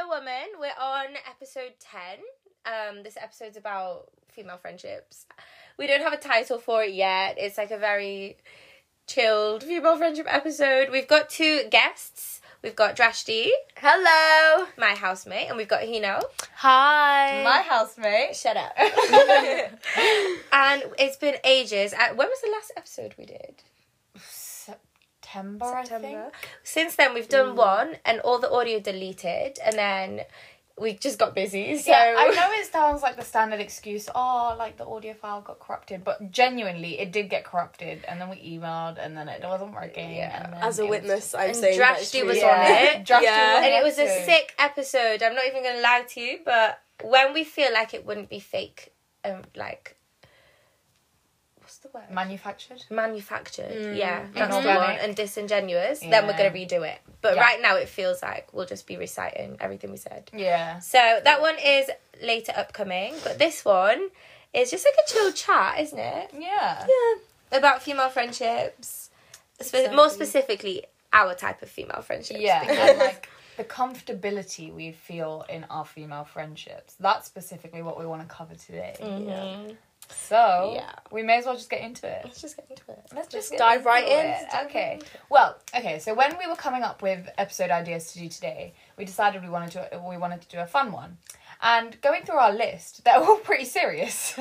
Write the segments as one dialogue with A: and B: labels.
A: a woman. We're on episode 10. Um, this episode's about female friendships. We don't have a title for it yet. It's like a very chilled female friendship episode. We've got two guests. We've got Drashti,
B: Hello.
A: my housemate, and we've got Hino.
B: Hi.
C: housemate.
A: Shut up. and it's been ages. Uh, when was the last episode we did?
C: September,
A: September. Since then, we've
C: Mm.
A: done one, and all the audio deleted, and then we just got busy. So
C: Yeah, I know it sounds like the standard excuse, oh, like the audio file got corrupted, but genuinely, it did get corrupted, and then we emailed, and then it wasn't working.
A: Yeah.
C: and then
D: As a
C: it was
D: witness, I'm
A: and
D: saying that
A: Drashti
D: she
A: was
C: just-
A: on it.
C: Drafty
D: Yeah.
C: was
A: and it
C: on
A: was a
C: too.
A: sick episode. I'm not even gonna lie to you, but when we feel like it wouldn't be fake, um, like what's the word?
C: manufactured.
A: Manufactured, yeah, that's the
C: Inorganic.
A: one, and disingenuous. Then we're
C: Mm, Yeah.
A: gonna redo it. But
C: Yeah.
A: right now, it feels like we'll just be reciting everything we said.
C: Yeah.
A: So that one is later upcoming, but this one is just like a chill chat, isn't it?
C: Yeah.
A: Yeah, about female friendships, Spe- more specifically our type of female friendships.
C: Yeah,
A: because-
C: and like the comfortability we feel in our female friendships. That's specifically what we want to cover today. So
A: Mm. Yeah.
C: we may as well just get into it.
A: Let's just get into it.
C: Let's just
D: dive right in.
C: Okay. Well, okay. So when we were coming up with episode ideas to do today, we decided we wanted to we wanted to do a fun one. And going through our list, they're all pretty serious.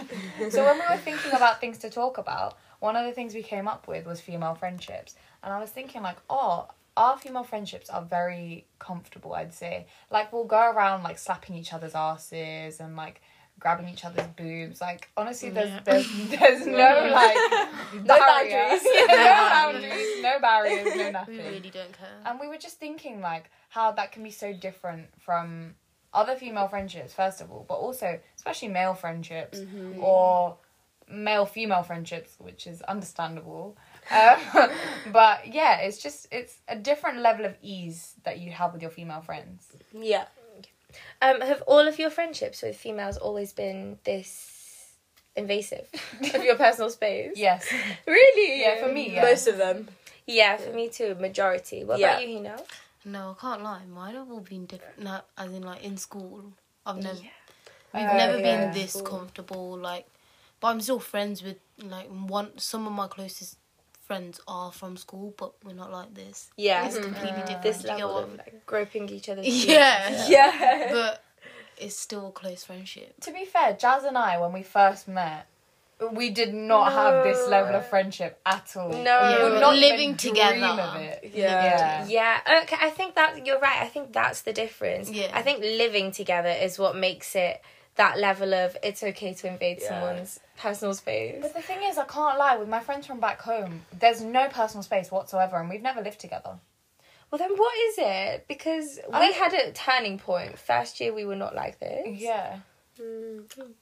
C: so when we were thinking about things to talk about, one of the things we came up with was female friendships. And I was thinking like, oh, our female friendships are very comfortable, I'd say. Like we'll go around like slapping each other's asses and like grabbing each other's boobs. Like honestly there's there's, there's no like
D: No
C: barrier.
D: boundaries.
C: Yeah, no boundaries, no barriers, no
B: We
C: nothing.
B: really don't care.
C: And we were just thinking like how that can be so different from other female friendships, first of all, but also especially male friendships
D: Mm-hmm.
C: or male female friendships, which is understandable. Um, but yeah, it's just it's a different level of ease that you have with your female friends.
D: Yeah.
A: Um, have all of your friendships with females always been this invasive of your personal space?
C: Yes.
A: Really?
C: Yeah, for me, yeah.
D: Most of them.
A: Yeah, for me too. Majority. What
D: Yeah.
A: about you, Hino?
B: No, I can't lie. Mine have all been different. No, as in like in school, I've never,
C: We've
B: I've never
C: yeah.
B: been this comfortable. Like, but I'm still friends with like one. Some of my closest friends are from school, but we're not like this. Uh,
A: Yeah.
B: It's completely different.
A: This
B: do you get
A: level
B: what
A: of
B: I'm-
A: like groping each other's
B: Mm-hmm. yeah,
D: Yeah.
B: but it's still a close friendship.
C: To be fair, Jazz and I, when we first met, we did not have this
A: No.
C: level of friendship at all.
A: No.
C: we
A: Yeah,
C: would not
B: living
C: even
B: together.
C: Dream of it.
D: Yeah.
C: Yeah.
A: Yeah, okay, I think that you're right. I think that's the difference.
B: Yeah.
A: I think living together is what makes it that level of it's okay to invade
D: Yeah.
A: someone's personal space.
C: But the thing is, I can't lie. With my friends from back home, there's no personal space whatsoever, and we've never lived together.
A: Well, then what is it? Because we
C: I-
A: had a turning point. First year, we were not like this.
C: Yeah.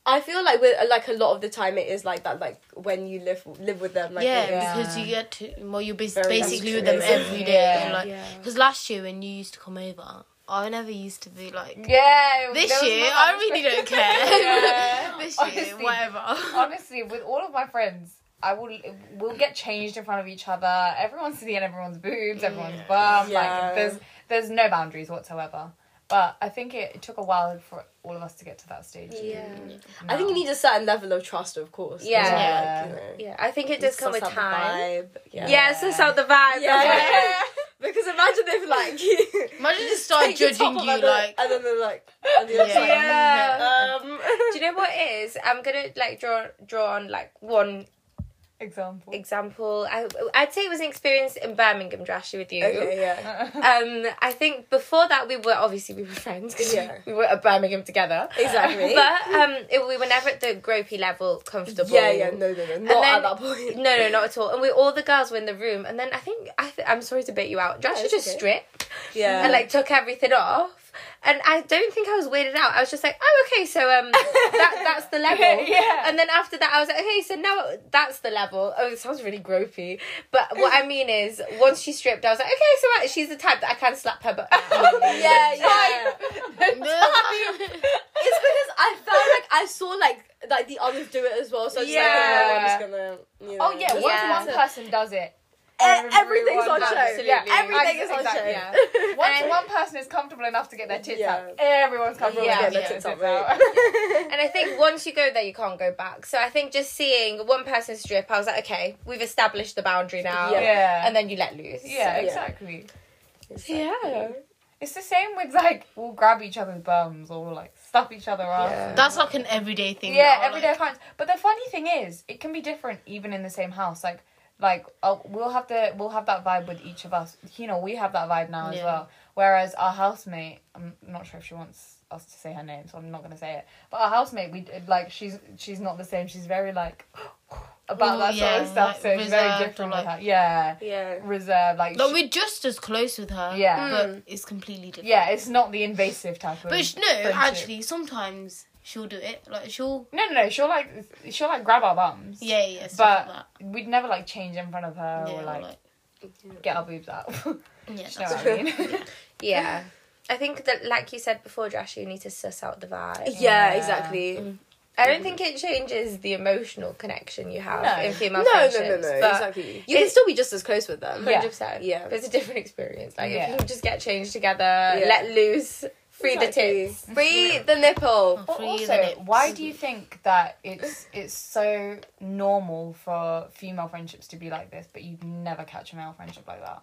D: I feel like with like a lot of the time it is like that like when you live live with them like
B: yeah,
D: it-
C: Yeah.
B: because you get to well, you're bas-
D: Very
B: basically with them
D: altruistic.
B: every day.
C: Yeah.
B: and, like,
A: Yeah.
B: because last year when you used to come over, I never used to be like.
C: Yeah.
B: This
C: there was
B: year,
C: no
B: I
C: atmosphere.
B: really don't care.
C: Yeah.
B: this year,
C: Honestly.
B: whatever.
C: Honestly, with all of my friends, I will we'll get changed in front of each other. Everyone's seeing everyone's boobs, everyone's bum.
D: Yeah.
C: Like there's there's no boundaries whatsoever. But I think it, it took a while for all of us to get to that stage.
A: Yeah.
D: I think you need a certain level of trust, of course. as
A: Yeah.
D: well,
C: Yeah.
D: Like, you know,
A: Yeah, I think it does come with
D: suss out the
A: time.
D: vibe, Yeah.
A: Yeah, it's just out the vibe.
D: Yeah,
A: that's right.
D: yeah. because imagine if like you
B: Imagine just start
D: take your top
B: judging
D: off
B: you
D: and then-
B: like.
D: and then they're like and the other
B: Yeah.
A: Yeah.
D: side, um
A: Do you know what it is? I'm gonna like draw draw on like one
C: Example.
A: example. I I'd say it was an experience in Birmingham, Drashy, with you.
D: Okay, yeah.
A: Um, I think before that we were obviously we were friends because
D: Yeah.
A: we were at Birmingham together.
D: Exactly.
A: But um, it, we were never at the gropey level, comfortable.
D: yeah, yeah, no, no, no, not
A: then-
D: at that point.
A: No, no, not at all. And we all the girls were in the room, and then I think I th- I'm sorry to bait you out. Drashy
D: it's
A: just
D: okay.
A: stripped.
D: Yeah,
A: and like took everything off. And I don't think I was weirded out. I was just like, oh, okay, so um, that that's the level.
C: Yeah.
A: And then after that, I was like, okay, so now that's the level. Oh, it sounds really gropey, but what I mean is, once she stripped, I was like, okay, so uh, she's the type that I can slap her butt.
D: yeah, yeah. It's because I felt like I saw like like the others do it as well. So I was just
A: Yeah.
D: like, oh, no, I'm just gonna. You know,
C: Oh yeah, once
A: Yeah.
C: one person does it,
D: everything's
C: Everyone
D: on show.
A: Absolutely.
C: Yeah,
D: Everything is on
C: Exactly,
D: show.
A: yeah.
C: Once one person is comfortable enough to get their tits
D: Yeah.
C: out, everyone's comfortable
A: Yeah,
C: yeah,
A: yeah.
C: their tits,
D: Tits out,
C: out.
A: And I think once you go there, you can't go back. So I think just seeing one person strip, I was like, okay, we've established the boundary now.
D: Yeah.
C: yeah.
A: And then you let loose.
C: yeah,
D: yeah.
C: exactly.
D: Exactly.
A: Yeah.
C: It's the same with like we'll grab each other's bums or we'll, like stuff each other up.
A: Yeah.
B: That's like an everyday thing.
C: Yeah,
B: now,
C: everyday
B: like-
C: occurrence. But the funny thing is, it can be different even in the same house. Like, like uh, we'll have the we'll have that vibe with each of us. You know, we have that vibe now as
B: Yeah.
C: well. Whereas our housemate, I'm not sure if she wants us to say her name, so I'm not gonna say it. But our housemate, we like she's she's not the same. She's very like about
B: Ooh,
C: that sort
B: yeah,
C: of stuff.
B: like,
C: so it's very
B: reserved or,
C: different.
B: like-
C: with her. Yeah,
D: Yeah.
C: reserved. Like,
B: Like
C: she-
B: we're just as close with her.
C: Yeah.
B: But
D: Mm.
B: it's completely different.
C: yeah, it's not the invasive type of.
B: But sh- no,
C: friendship.
B: actually, sometimes she'll do it. Like she'll.
C: no, no, no. She'll like she'll like grab our bums.
B: Yeah, yeah. Stuff
C: But
B: like that.
C: we'd never like change in front of her
B: yeah,
C: or
B: or,
C: like,
B: like-
C: get our boobs out. you
B: yeah.
C: know
B: That's
C: what I mean?
A: Yeah. I think that, like you said before, Josh, you need to suss out the vibe.
C: Yeah.
D: Yeah, exactly. Mm.
A: I don't think it changes the emotional connection you have
C: No.
A: in
D: No,
A: female
D: no,
A: friendships.
D: no, no.
A: but
D: Exactly. You can
A: it-
D: still be just as close with them.
C: Yeah.
A: 100%.
D: Yeah.
A: But it's a different experience. Like,
C: Yeah.
A: if you just get changed together,
D: Yeah.
A: let loose, free the
D: Exactly.
A: tits.
D: Free the nipple.
B: Oh.
C: But
B: Free the
C: also,
B: nips.
C: why do you think that it's it's so normal for female friendships to be like this, but you'd never catch a male friendship like that?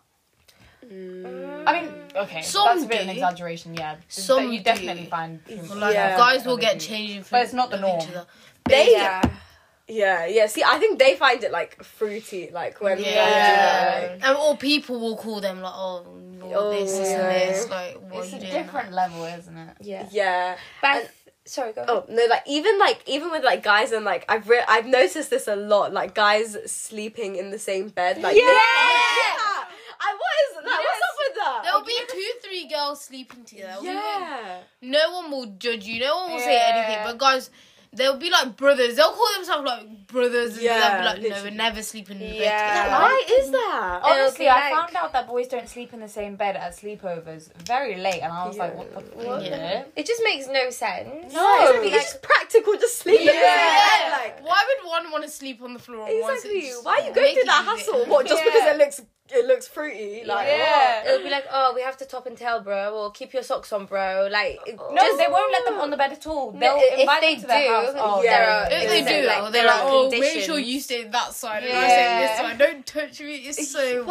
D: Mm.
C: I mean, okay,
B: Mm. Some
C: that's a bit of an
B: do.
C: exaggeration, yeah.
B: Some
C: but you
B: do.
C: definitely find
B: Or,
C: fem-
B: like,
D: Yeah.
B: guys will get changing.
C: But it's not the
B: of each
C: norm.
B: other.
D: They
A: Yeah.
D: Yeah, yeah. See, I think they find it like fruity, like when
B: Yeah.
D: guys do that, like-
B: And all people will call them like, oh, you're
D: Oh,
B: this, this,
D: yeah.
B: and this. Like, what
C: It's
B: are
C: a
B: you doing?
C: different level, isn't it?
A: Yeah.
D: yeah.
A: Beth, sorry, go ahead.
D: Oh no! Like even like even with like guys and like I've re- I've noticed this a lot. Like guys sleeping in the same bed. Like Oh,
A: Yeah!
D: I was like, what's up with that?
B: There'll be two, three girls sleeping together. We won't-
D: yeah.
B: No one will judge you. No one will say anything.
C: Yeah.
B: But guys, they'll be like brothers. They'll call themselves like brothers. And
D: Yeah,
B: they'll be like, no,
D: literally.
B: we're never sleeping in the
A: Yeah.
B: bed together.
D: Why is that?
A: It'll
C: Honestly,
A: be
C: I
A: like-
C: found out that boys don't sleep in the same bed at sleepovers very late, and I was like,
D: Yeah.
C: what the
A: What
C: fuck?
A: the-
C: Yeah.
A: It just makes no sense.
D: No,
A: It's
D: it's
A: like-
D: just practical. Just sleep in the
B: Yeah.
D: same bed. Like
B: Why would one want to sleep on the floor? and one's
D: exactly.
B: just-
D: Why are you
B: make
D: going through
B: it
D: that
B: easy?
D: hassle? What? Just because
C: Yeah.
D: it looks it looks fruity? Like
C: Yeah.
D: what?
A: It'll be like, oh, we have to top and tail, bro, or keep your socks on, bro. Like,
D: No,
C: No, they won't let them on the bed at all. They'll
A: if
C: invite
A: they
C: them to their
A: do,
C: house. Oh,
D: there
C: yeah.
D: are-
B: If they
D: Isn't
B: do,
D: it?
A: Like,
B: they're,
A: there
B: like,
A: are
B: oh, make sure you
A: conditions."
B: stay that side and I stay this
C: Yeah.
B: side. Don't touch me. It's so weird.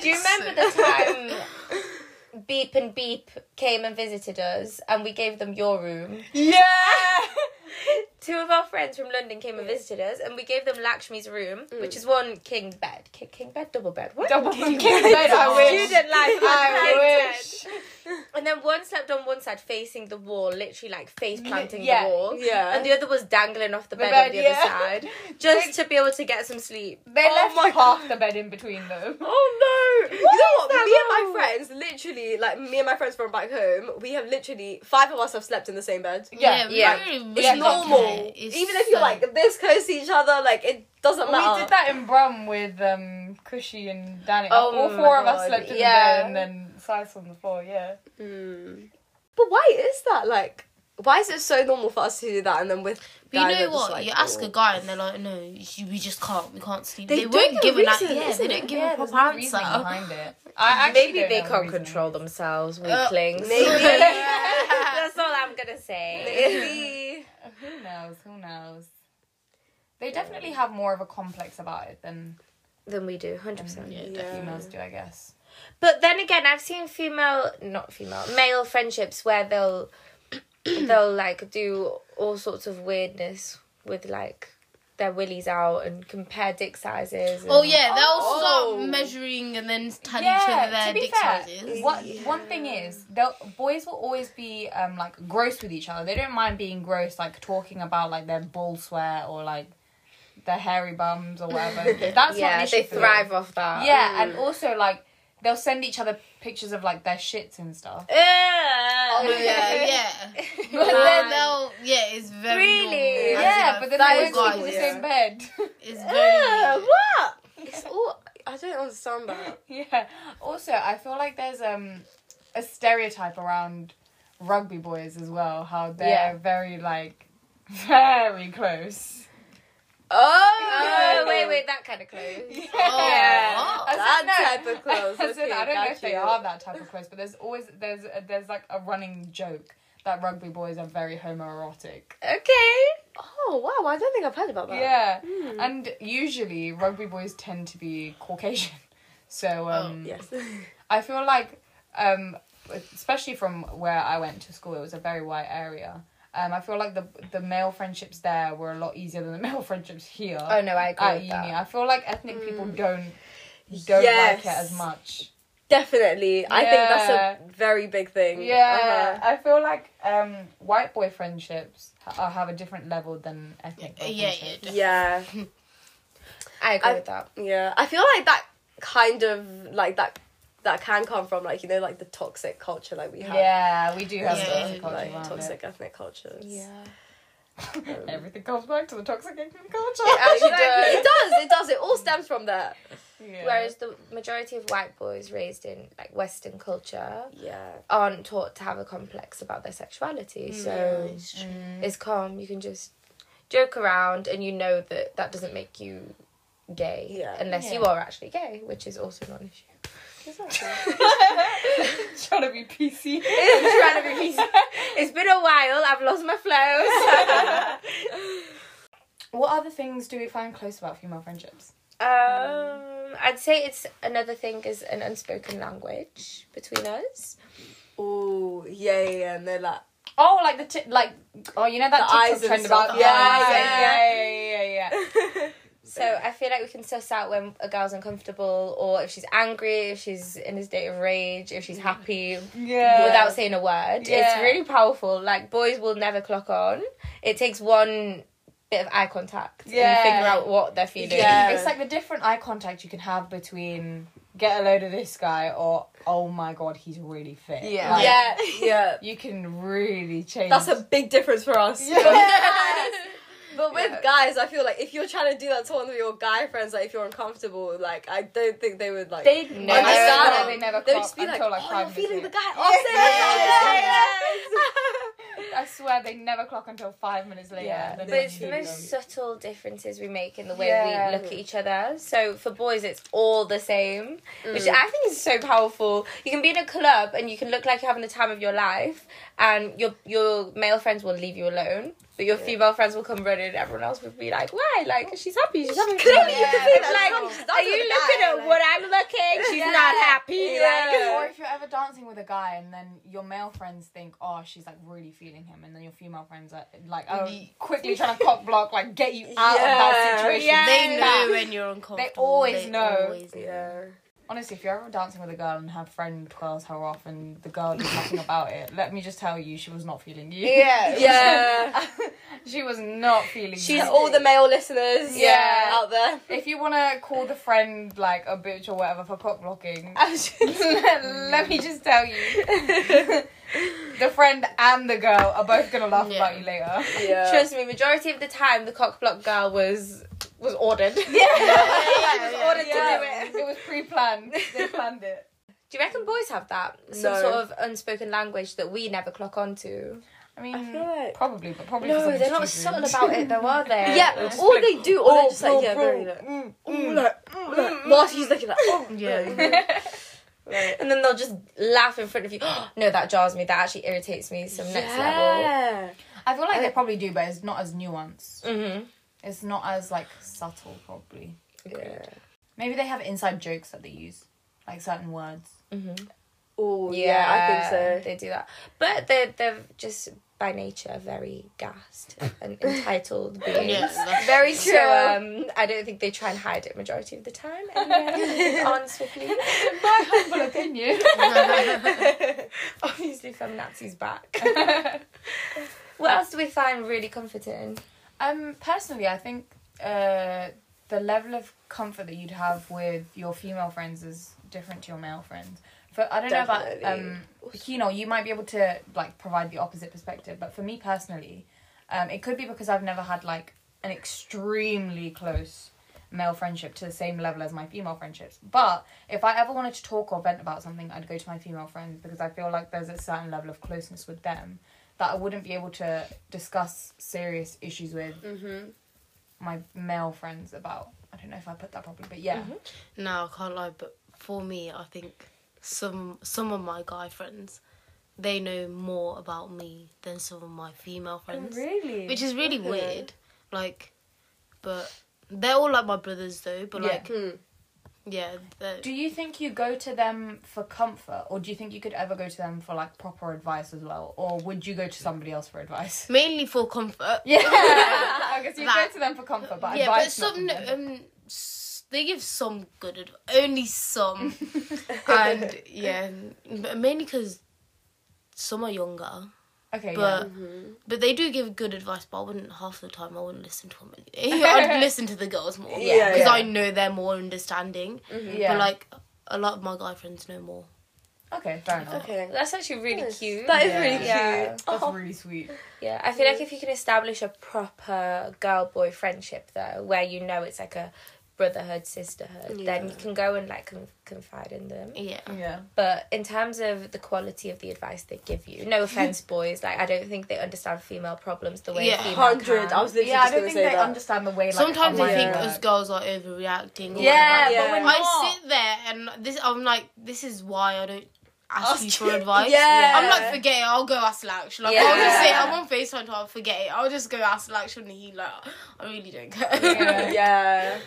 A: Do you
B: It's
A: remember
B: so-
A: the time Beep and Beep came and visited us and we gave them your room?
C: Yeah.
A: Two of our friends from London came and visited us and we gave them Lakshmi's room, which is one king bed. King, Mm. king bed, double bed. What?
C: Double king bed. I wish.
A: Student life.
C: I
A: unprotected.
C: wish.
A: And then one slept on one side facing the wall, literally like face planting
C: yeah,
A: the wall.
D: yeah.
A: And the other was dangling off the bed,
C: bed,
A: on the
C: yeah.
A: other side. Just to be able to get some sleep.
C: They
D: Oh
C: left
D: my
C: half the bed in between them.
D: Oh no! you know what?
A: that
D: Me and my friends, literally, like me and my friends from back home, we have literally five of us have slept in the same bed.
B: Yeah,
A: Yeah.
B: we really
D: It's
B: wish
D: normal.
B: that. It's
D: Even if you're
B: so-
D: like this close to each other, like it doesn't matter.
C: We did that in Brum with um, Cushy and Danny.
A: Oh
C: All
A: my
C: four of us
A: God,
C: slept in the
A: yeah.
C: bed and then Silas on the floor, yeah. Hmm.
D: Mm. But why is that? Like, why is it so normal for us to do that? And then with
B: But
D: guys,
B: you
D: they're
B: know
D: just
B: what?
D: like,
B: you ask
D: oh.
B: a guy and they're like, no, you- we just can't. We can't sleep.
D: They
B: They,
D: don't
B: won't
D: know
B: give an like,
D: reason,
B: yeah,
D: isn't
B: they
D: it?
B: don't give
C: yeah,
B: a
C: there's
B: proper
C: no
B: answer.
C: reasoning behind it. I actually
A: Maybe
C: don't
A: they
C: know
A: can't
C: reasoning.
A: control themselves,
B: Uh,
A: weaklings.
D: maybe.
A: That's all I'm gonna say.
D: Maybe.
C: Who knows? Who knows? They definitely have more of a complex about it than
A: Than we do, hundred percent.
B: Yeah.
D: Yeah.
C: females do, I guess.
A: But then again, I've seen female, not female, male friendships where they'll they'll like do all sorts of weirdness with like their willies out and compare dick sizes.
B: Oh
A: and-
B: yeah, they'll
D: Oh.
B: start measuring and then tell each other their dick sizes.
C: What one thing is, they'll boys will always be um like gross with each other. They don't mind being gross, like talking about like their ball sweat or like their hairy bums or whatever. That's not an
A: yeah,
C: issue
A: they
C: for them.
A: thrive off that.
C: Yeah, and also like they'll send each other pictures of like their shits and stuff.
A: Ugh.
B: Oh, Yeah, yeah.
C: But
B: And
C: then-
B: then they'll, yeah, it's very
A: Really?
B: normal. As
C: yeah,
B: in,
C: but then
B: like,
C: they
B: female
C: always sleep in the
D: yeah.
B: guys,
C: same bed.
B: It's
D: Yeah,
B: very.
D: what? It's all. I don't understand that.
C: yeah. Also, I feel like there's um a stereotype around rugby boys as well, how they're
A: Yeah.
C: very like very close.
A: Oh, wait, wait, that kind of clothes.
B: Oh.
C: As in,
D: That
C: no.
D: type of clothes.
C: As in,
D: Okay,
C: I don't know
D: got
C: if they
D: you.
C: are that type of clothes, but there's always there's there's like a running joke that rugby boys are very homoerotic.
A: Okay.
D: Oh wow! I don't think I've heard about that.
C: Yeah, and usually rugby boys tend to be Caucasian, so
D: Oh,
C: um,
D: Yes.
C: I feel like, um, especially from where I went to school, it was a very white area. Um, I feel like the the male friendships there were a lot easier than the male friendships here
A: Oh no, I agree
C: at
A: with
C: uni.
A: that.
C: I feel like ethnic people
B: Mm.
C: don't don't like it as
D: Yes.
C: much.
D: Definitely. I think that's
C: Yeah.
D: a very big thing.
C: Yeah, I feel like um, white boy friendships ha- have a different level than ethnic. boy
B: Yeah, yeah,
C: friendships.
D: Uh-huh. Yeah.
A: I agree
D: I-
A: with that.
D: Yeah. I feel like that kind of like that that can come from like you know like the toxic culture like we have.
C: Yeah, we do have a
B: Yeah,
C: toxic
B: yeah, yeah.
C: culture
D: like
C: around it.
D: toxic ethnic cultures.
C: Everything comes back to the toxic ethnic culture.
A: Actually,
D: Exactly. It does. It does. It all stems from that.
C: Yeah.
A: Whereas the majority of white boys raised in like Western culture
D: Yeah.
A: aren't taught to have a complex about their sexuality, so
C: Mm.
A: it's calm. You can just joke around, and you know that that doesn't make you gay,
D: Yeah.
A: unless you
C: Yeah.
A: are actually gay, which is also not an issue.
C: trying to be PC.
A: I'm trying to be- it's been a while. I've lost my flow.
C: What other things do we find close about female friendships?
A: um, I'd say it's another thing is an unspoken language between us.
D: Oh yeah, yeah, yeah. And they're like,
C: Oh, like the t- like oh, you know that
D: The
C: TikTok
D: eyes and
C: trend
D: stuff,
C: about the
D: the
C: eyes.
D: eyes,
C: Yeah, yeah, yeah, yeah, yeah.
A: So I feel like we can suss out when a girl's uncomfortable or if she's angry, if she's in a state of rage, if she's happy
C: Yeah.
A: without saying a word.
C: Yeah.
A: It's really powerful. Like boys will never clock on. It takes one bit of eye contact
C: Yeah.
A: and figure out what they're feeling.
C: yeah.
D: Yeah.
C: It's like the different eye contact you can have between get a load of this guy or oh my god, he's really fit.
D: yeah,
C: Like,
D: yeah, yeah.
C: You can really change.
D: That's a big difference for us.
C: Yeah.
D: But with
A: Yeah.
D: guys, I feel like if you're trying to do that to one of your guy friends, like if you're uncomfortable, like I don't think they would like.
C: They
A: No.
C: never,
A: I
D: understand.
C: they never
D: They'll
C: clock
D: just be like,
C: until like
D: "Oh,
C: five
D: you're feeling the
C: minutes
D: guy. Oh, say yes, yes.
C: in. I swear they never clock until five minutes later.
A: Yeah,
C: They're
A: but
C: not
A: it's the
C: feeling
A: most
C: them.
A: subtle differences we make in the way
C: Yeah.
A: we look at each other. So for boys, it's all the same,
D: Mm.
A: which I think is so powerful. You can be in a club and you can look like you're having the time of your life, and your your male friends will leave you alone, but your female friends will come running, and everyone else will be like, "Why? Like she's happy. She's having fun."
D: Clearly, you can see
A: It's
D: that.
A: like,
D: She's not
A: are
D: with
A: you
D: a guy,
A: looking at
D: like-
A: what I'm looking? She's not happy.
D: Yeah.
A: Like,
C: Or if you're ever dancing with a guy and then your male friends think, oh, she's like really feeling him, and then your female friends are like, oh,
B: Ye-
C: quickly trying to cock block, like get you out of that
D: Yeah.
C: situation.
A: Yeah.
B: They
C: That-
B: know when you're uncomfortable.
C: always know.
B: always know.
D: Yeah.
C: Honestly, if you're ever dancing with a girl and her friend twirls her off and the girl does nothing about it, let me just tell you, she was not feeling you.
A: yeah.
D: Yeah.
C: she was not feeling
D: She's
C: you.
D: all the male listeners
C: Yeah.
D: out there.
C: If you want to call the friend like a bitch or whatever for cock blocking,
A: Uh,
C: let me just tell you, the friend and the girl are both gonna laugh
B: Yeah.
C: about you later.
D: yeah.
A: Trust me, majority of the time the cock block girl was was ordered.
B: Yeah,
A: was
B: yeah.
A: ordered to do it.
C: it was pre-planned. They planned it.
A: Do you reckon boys have that? Some
D: No.
A: sort of unspoken language that we never clock onto?
C: I mean,
D: I feel like-
C: probably, but probably
A: No,
C: because
A: they're not
C: stupid.
A: subtle about it though, are they?
D: Yeah,
C: Just
D: all
C: like,
D: they do, or they're just
C: oh,
D: like, yeah,
C: bro,
D: very like, mm, mm, like, mm, like, whilst he's looking like, oh,
B: Yeah.
D: right.
A: And then they'll just laugh in front of you. no, that jars me. That actually irritates me. Some next level.
D: Yeah.
C: I feel like they probably do, but it's not as nuanced.
A: Mm-hmm.
C: It's not as like subtle, probably.
D: Yeah.
C: Maybe they have inside jokes that they use, like certain words.
D: Oh, yeah, I think so.
A: Mm-hmm. They do that, but they're they're just by nature very gassed and entitled beings.
B: that's-
A: Very true.
D: true.
A: So, um, I don't think they try and hide it majority of the time. Anyway, on swiftly.
C: My humble opinion.
A: Obviously, from Nazi's back. what else do we find really comforting?
C: Um, personally, I think uh, the level of comfort that you'd have with your female friends is different to your male friends. For I don't know about
D: Definitely.
C: um, you know, you might be able to like provide the opposite perspective, but for me personally, um, it could be because I've never had like an extremely close male friendship to the same level as my female friendships. But if I ever wanted to talk or vent about something, I'd go to my female friends because I feel like there's a certain level of closeness with
B: Mm-hmm.
C: them that I wouldn't be able to discuss serious issues with my male friends about. I don't know if I put that properly, but yeah.
B: Mm-hmm. No, I can't lie, but for me, I think some some of my guy friends, they know more about me than some of my female
C: Oh,
B: friends,
A: Really?
B: which is really weird. Like, but they're all like my brothers though. But
C: Yeah.
B: like,
D: Hmm.
B: yeah, they're-
C: Do you think you go to them for comfort, or do you think you could ever go to them for like proper advice as well, or would you go to somebody else for advice?
B: mainly for comfort.
C: Yeah, I guess you go
B: That.
C: to them for comfort, but
B: yeah, but
C: advice. not
B: some
C: from them.
B: um, s- they give some good advice, only some, um, and yeah, m- mainly because some are younger.
C: okay,
B: but
D: Mm-hmm.
B: but they do give good advice. But I wouldn't half the time. I wouldn't listen to them. anyway. I'd listen to the girls more.
D: Yeah,
B: because
C: yeah.
B: I know they're more understanding.
C: yeah,
B: But
C: yeah.
B: like a lot of my guy friends know more.
C: okay, fair enough.
D: Okay.
A: Oh. That's actually really
D: Nice.
A: cute.
D: That is
C: Yeah.
D: really cute.
A: Yeah.
C: That's
D: Oh.
C: really sweet.
A: Yeah, I feel like if you can establish a proper girl boy friendship though, where you know it's like a brotherhood, sisterhood, then you
D: Yeah.
A: can go and like con- confide in them.
B: Yeah.
C: Yeah.
A: But in terms of the quality of the advice they give you, no offense, boys, like I don't think they understand female problems the way
B: Yeah,
A: female
D: Hundred.
A: can.
D: I was literally
C: yeah, I
D: just
C: don't
D: gonna
C: think
D: say
C: they
D: that.
C: understand the way. Like,
B: Sometimes
C: I
B: I think
C: work.
B: us girls are overreacting. or
C: Yeah,
B: whatever.
A: Yeah.
C: but we're not.
B: I sit there and this. I'm like, this is why I don't ask
D: Ask
B: you
D: you-
B: for advice.
D: Yeah.
B: I'm like, forget it. I'll go ask Laksh. Like, I'll just say I'm on Facetime. I'll forget it. I'll just go ask Laksh and he like, I really don't care.
C: Yeah.
D: yeah.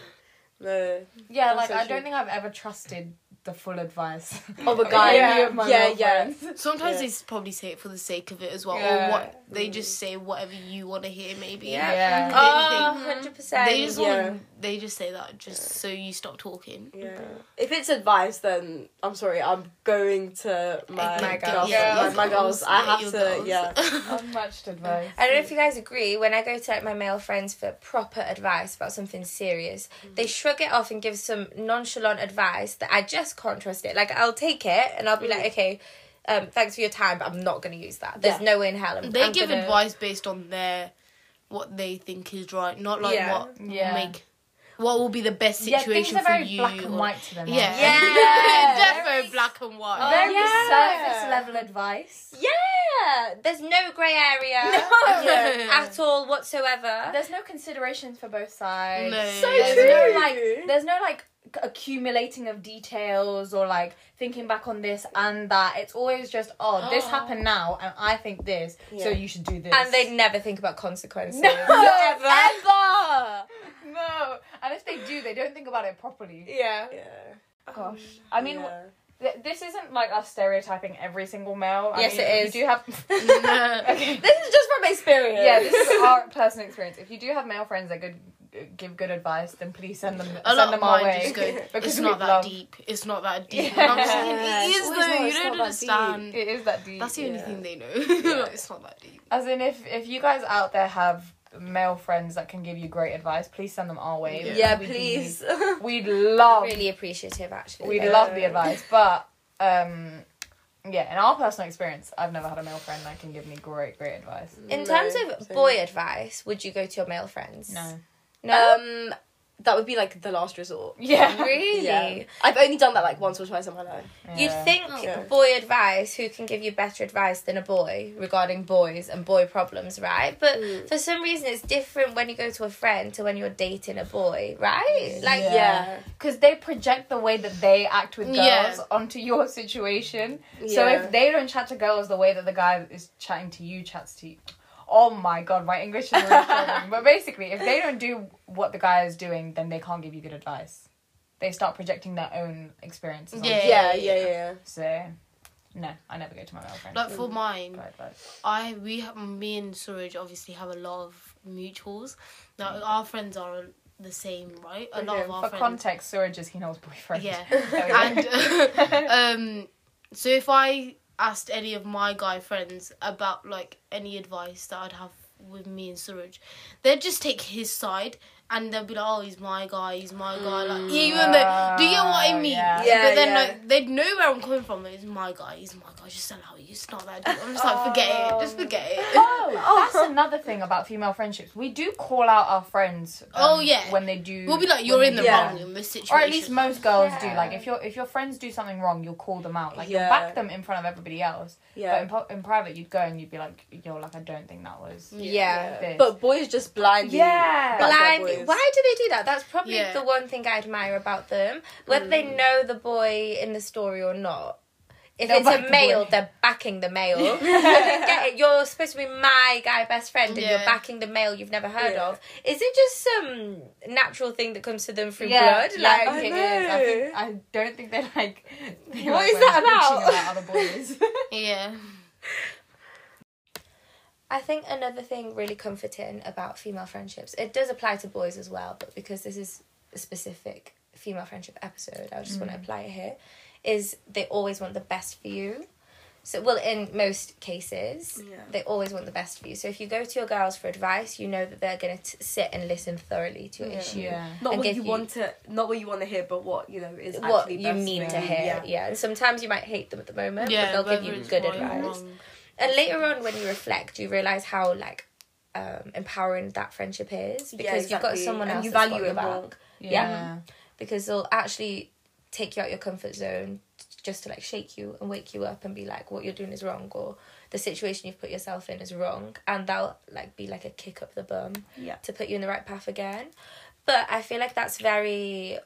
D: No.
C: Yeah,
D: That's
C: like
D: so
C: I
D: true.
C: don't think I've ever trusted the full advice
D: Of a guy.
C: Yeah, of my
D: Yeah,
C: male
D: yeah.
C: friends.
B: Sometimes
D: Yeah. Mm.
B: they s- probably say it for the sake of it as well,
C: Yeah.
B: or what they just say whatever you want to hear, maybe.
A: Yeah.
C: Yeah.
A: Oh,
D: Uh,
A: 100%.
B: They just
D: Yeah.
B: want. They just say that just so you stop talking.
D: Yeah. If it's advice, then I'm sorry. I'm going to my,
C: My
D: girls.
C: girls.
D: Yeah.
C: Yeah.
D: My, my girls. I
B: Yeah,
D: have
B: your
D: to.
B: girls.
D: Yeah.
C: Unmatched advice.
A: I don't know if you guys agree. When I go to like my male friends for proper advice about something serious,
B: Mm.
A: they shrug it off and give some nonchalant advice that I just can't trust it. Like I'll take it and I'll be
B: Mm.
A: like, okay, um, thanks for your time, but I'm not gonna use that. There's
D: Yeah.
A: no way in hell. I'm,
B: They
A: I'm
B: give
A: gonna-
B: advice based on their what they think is right, not like
A: Yeah.
B: what will
C: Yeah.
B: make what will be the best
C: Yeah, things
B: situation
C: are very
B: for you.
C: black and
B: or-
C: white to them. aren't
B: Yeah,
C: they?
A: Yeah.
B: defo black and white.
D: Oh.
C: Very
A: yeah.
C: surface level advice.
A: Yeah, there's no grey area
B: Yeah.
A: at all whatsoever.
C: There's no considerations for both sides.
B: No. So
C: there's
D: true.
C: No, like, there's no like c- accumulating of details or like thinking back on this and that. It's always just oh, this happened now, and I think this, so
D: Yeah.
C: you should do this.
A: and they never think about consequences.
C: no
A: Ever.
C: ever. No, and if they do, they don't think about it properly.
A: Yeah.
D: Yeah. Oh,
C: Gosh, I mean,
D: yeah.
C: th- this isn't like us stereotyping every single male. I
A: Yes,
C: mean,
A: it
C: if
A: is.
C: You do have
A: This is just from experience.
C: yeah, this is our personal experience. If you do have male friends that good give good advice, then please send them
B: A
C: send
B: lot
C: them
B: of
C: our
B: mine
C: way.
B: just go.
C: because
B: It's
C: we
B: not that
C: love-
B: deep. It's not that deep.
C: Yeah.
B: And I'm just thinking,
D: Yeah,
B: it
D: it's
B: is
D: always
B: though.
D: not-
B: You
D: it's
B: don't
D: not that deep.
B: understand.
C: It is that deep.
B: That's the only
D: Yeah.
B: thing they know. like, it's not that deep.
C: As in, if if you guys out there have male friends that can give you great advice, please send them our way.
B: Yeah.
D: Yeah,
C: We'd be-
D: please.
C: We'd love,
A: Really appreciative, actually.
C: we'd
A: Thank
C: love
A: you.
C: the advice, but um, yeah. In our personal experience, I've never had a male friend that can give me great, great advice.
A: In
D: No,
A: terms of
D: same.
A: boy advice, would you go to your male friends?
C: No.
A: No.
D: um, that would be like the last resort.
C: Yeah.
A: really?
D: Yeah. I've only done that like once or twice in my life.
C: Yeah.
A: You'd think
D: Okay.
A: boy advice, who can give you better advice than a boy regarding boys and boy problems, right? But
D: Mm.
A: for some reason, it's different when you go to a friend to when you're dating a boy, right? Like,
C: Yeah.
D: Yeah.
C: because they project the way that they act with girls
B: Yeah.
C: onto your situation. So
D: Yeah.
C: if they don't chat to girls the way that the guy is chatting to you chats to you. Oh my god, my English is really struggling. But basically, if they don't do what the guy is doing, then they can't give you good advice. They start projecting their own experiences. onto
B: Yeah.
C: you.
D: Yeah. Yeah. Yeah.
C: So, no, I never go to my male friends
B: Like for mine,
C: for advice.
B: I we have, me and Suraj obviously have a lot of mutuals. Now our friends are the same, right? A lot
D: Okay,
B: of our
C: Mm. For
B: friends.
C: context, Suraj is Hino's boyfriend.
B: Yeah.
C: There we go.
B: and uh, um, so if I asked any of my guy friends about like any advice that I'd have with me and Suraj, they'd just take his side and they'd be like, "Oh, he's my guy, he's my guy." Like even though, do you know what I
C: Oh,
B: mean?
C: yeah.
D: Yeah,
B: but then
D: yeah.
B: like they'd know where I'm coming from. It's my guy, he's my guy. Just allow it. It's not that deep. I'm just like, forget it. Just forget it.
C: Oh, that's another thing about female friendships. We do call out our friends. um,
B: Oh, yeah.
C: when they do.
B: We'll be like, you're
C: when
B: in
C: they
B: the
C: do
D: Yeah.
B: wrong in this situation.
C: Or at least most girls do.
A: Yeah.
C: Like if your if your friends do something wrong, you'll call them out. Like
D: Yeah.
C: you'll back them in front of everybody else. But in,
D: Yeah.
C: pu- in private, you'd go and you'd be like, yo, like I don't think that was.
A: yeah.
C: This.
D: But boys just blindly.
C: Yeah.
D: back their
A: Blind,
D: boys. is.
A: Why do they do that? That's probably
B: Yeah.
A: the one thing I admire about them. Whether they
C: Mm.
A: know the boy in the story or not. If
C: They'll
A: it's
C: back
A: a
C: the
A: male,
C: boy.
A: they're backing the male. I don't get it. You're supposed to be my guy best friend and you're
B: Yeah.
A: backing the male you've never heard
D: Yeah.
A: of. Is it just some natural thing that comes to them through
C: Yeah,
A: blood?
C: yeah,
A: Like
C: I think
D: I
C: it is. I, think,
D: know.
C: I don't think they're like. They
A: What
C: like
A: is that
C: when preaching about other boys.
B: Yeah.
A: I think another thing really comforting about female friendships, it does apply to boys as well, but because this is a specific female friendship episode, I just want to apply it here, is they always want the best for you. So, well, in most cases,
D: Yeah.
A: they always want the best for you. So, if you go to your girls for advice, you know that they're going to sit and listen thoroughly to your
D: Yeah.
A: issue.
C: yeah.
D: Not
A: and
D: what
A: give
D: you
A: you-
D: want to, not what you want to hear, but what you know is
A: What
D: actually
A: you
D: best
A: need
D: for
A: to
D: you.
A: hear, yeah.
D: Yeah.
A: And sometimes you might hate them at the moment,
B: Yeah.
A: but they'll give
B: whether
A: you
B: it's
A: good
B: right or
A: advice.
B: wrong.
A: And later on, when you reflect, you realize how like um, empowering that friendship is because
D: Yeah,
A: you've got
D: exactly.
A: someone
D: And
A: else
D: you
A: that's
D: value
A: got your
D: it more.
A: back. Yeah. because they'll actually take you out your comfort zone t- just to like shake you and wake you up and be like, what you're doing is wrong or the situation you've put yourself in is wrong, and that'll like be like a kick up the bum
D: Yeah.
A: to put you in the right path again. But I feel like that's very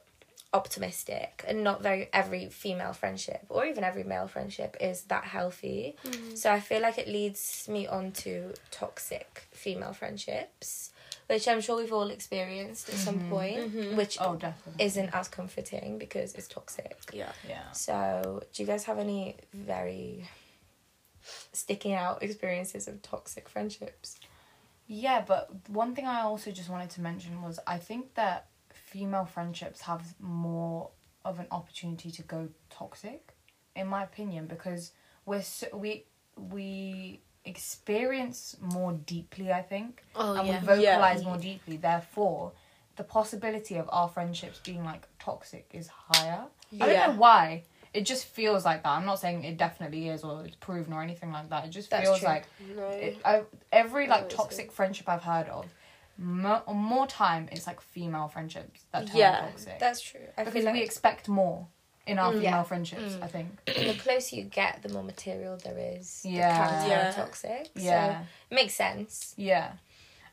A: optimistic and not very every female friendship or even every male friendship is that healthy. So I feel like it leads me on to toxic female friendships, which I'm sure we've all experienced at some point, which
C: Oh, definitely.
A: isn't as comforting because it's toxic.
D: Yeah.
C: yeah.
A: So, do you guys have any very sticking out experiences of toxic friendships?
C: Yeah, but one thing I also just wanted to mention was I think that female friendships have more of an opportunity to go toxic, in my opinion, because we're so, we we experience more deeply. I think,
B: Oh,
C: and
B: yeah.
C: we vocalize
D: Yeah.
C: more deeply. Therefore, the possibility of our friendships being like toxic is higher. I
D: Yeah.
C: don't know why. It just feels like that. I'm not saying it definitely is or it's proven or anything like that. It just
A: That's
C: feels
A: true.
C: like
D: No.
C: it, I, every
D: Oh,
C: like
D: it's
C: toxic friendship I've heard of, mo- more time it's like female friendships that turn
D: Yeah, Mm.
C: toxic
A: That's true. I
C: because
A: feel
C: we
A: like
C: expect more in our female
D: Yeah.
C: friendships. I think.
A: the closer you get, the more material there is. That
C: Yeah.
A: can turn
D: Yeah.
A: Toxic.
C: Yeah,
A: So, it makes sense.
C: yeah.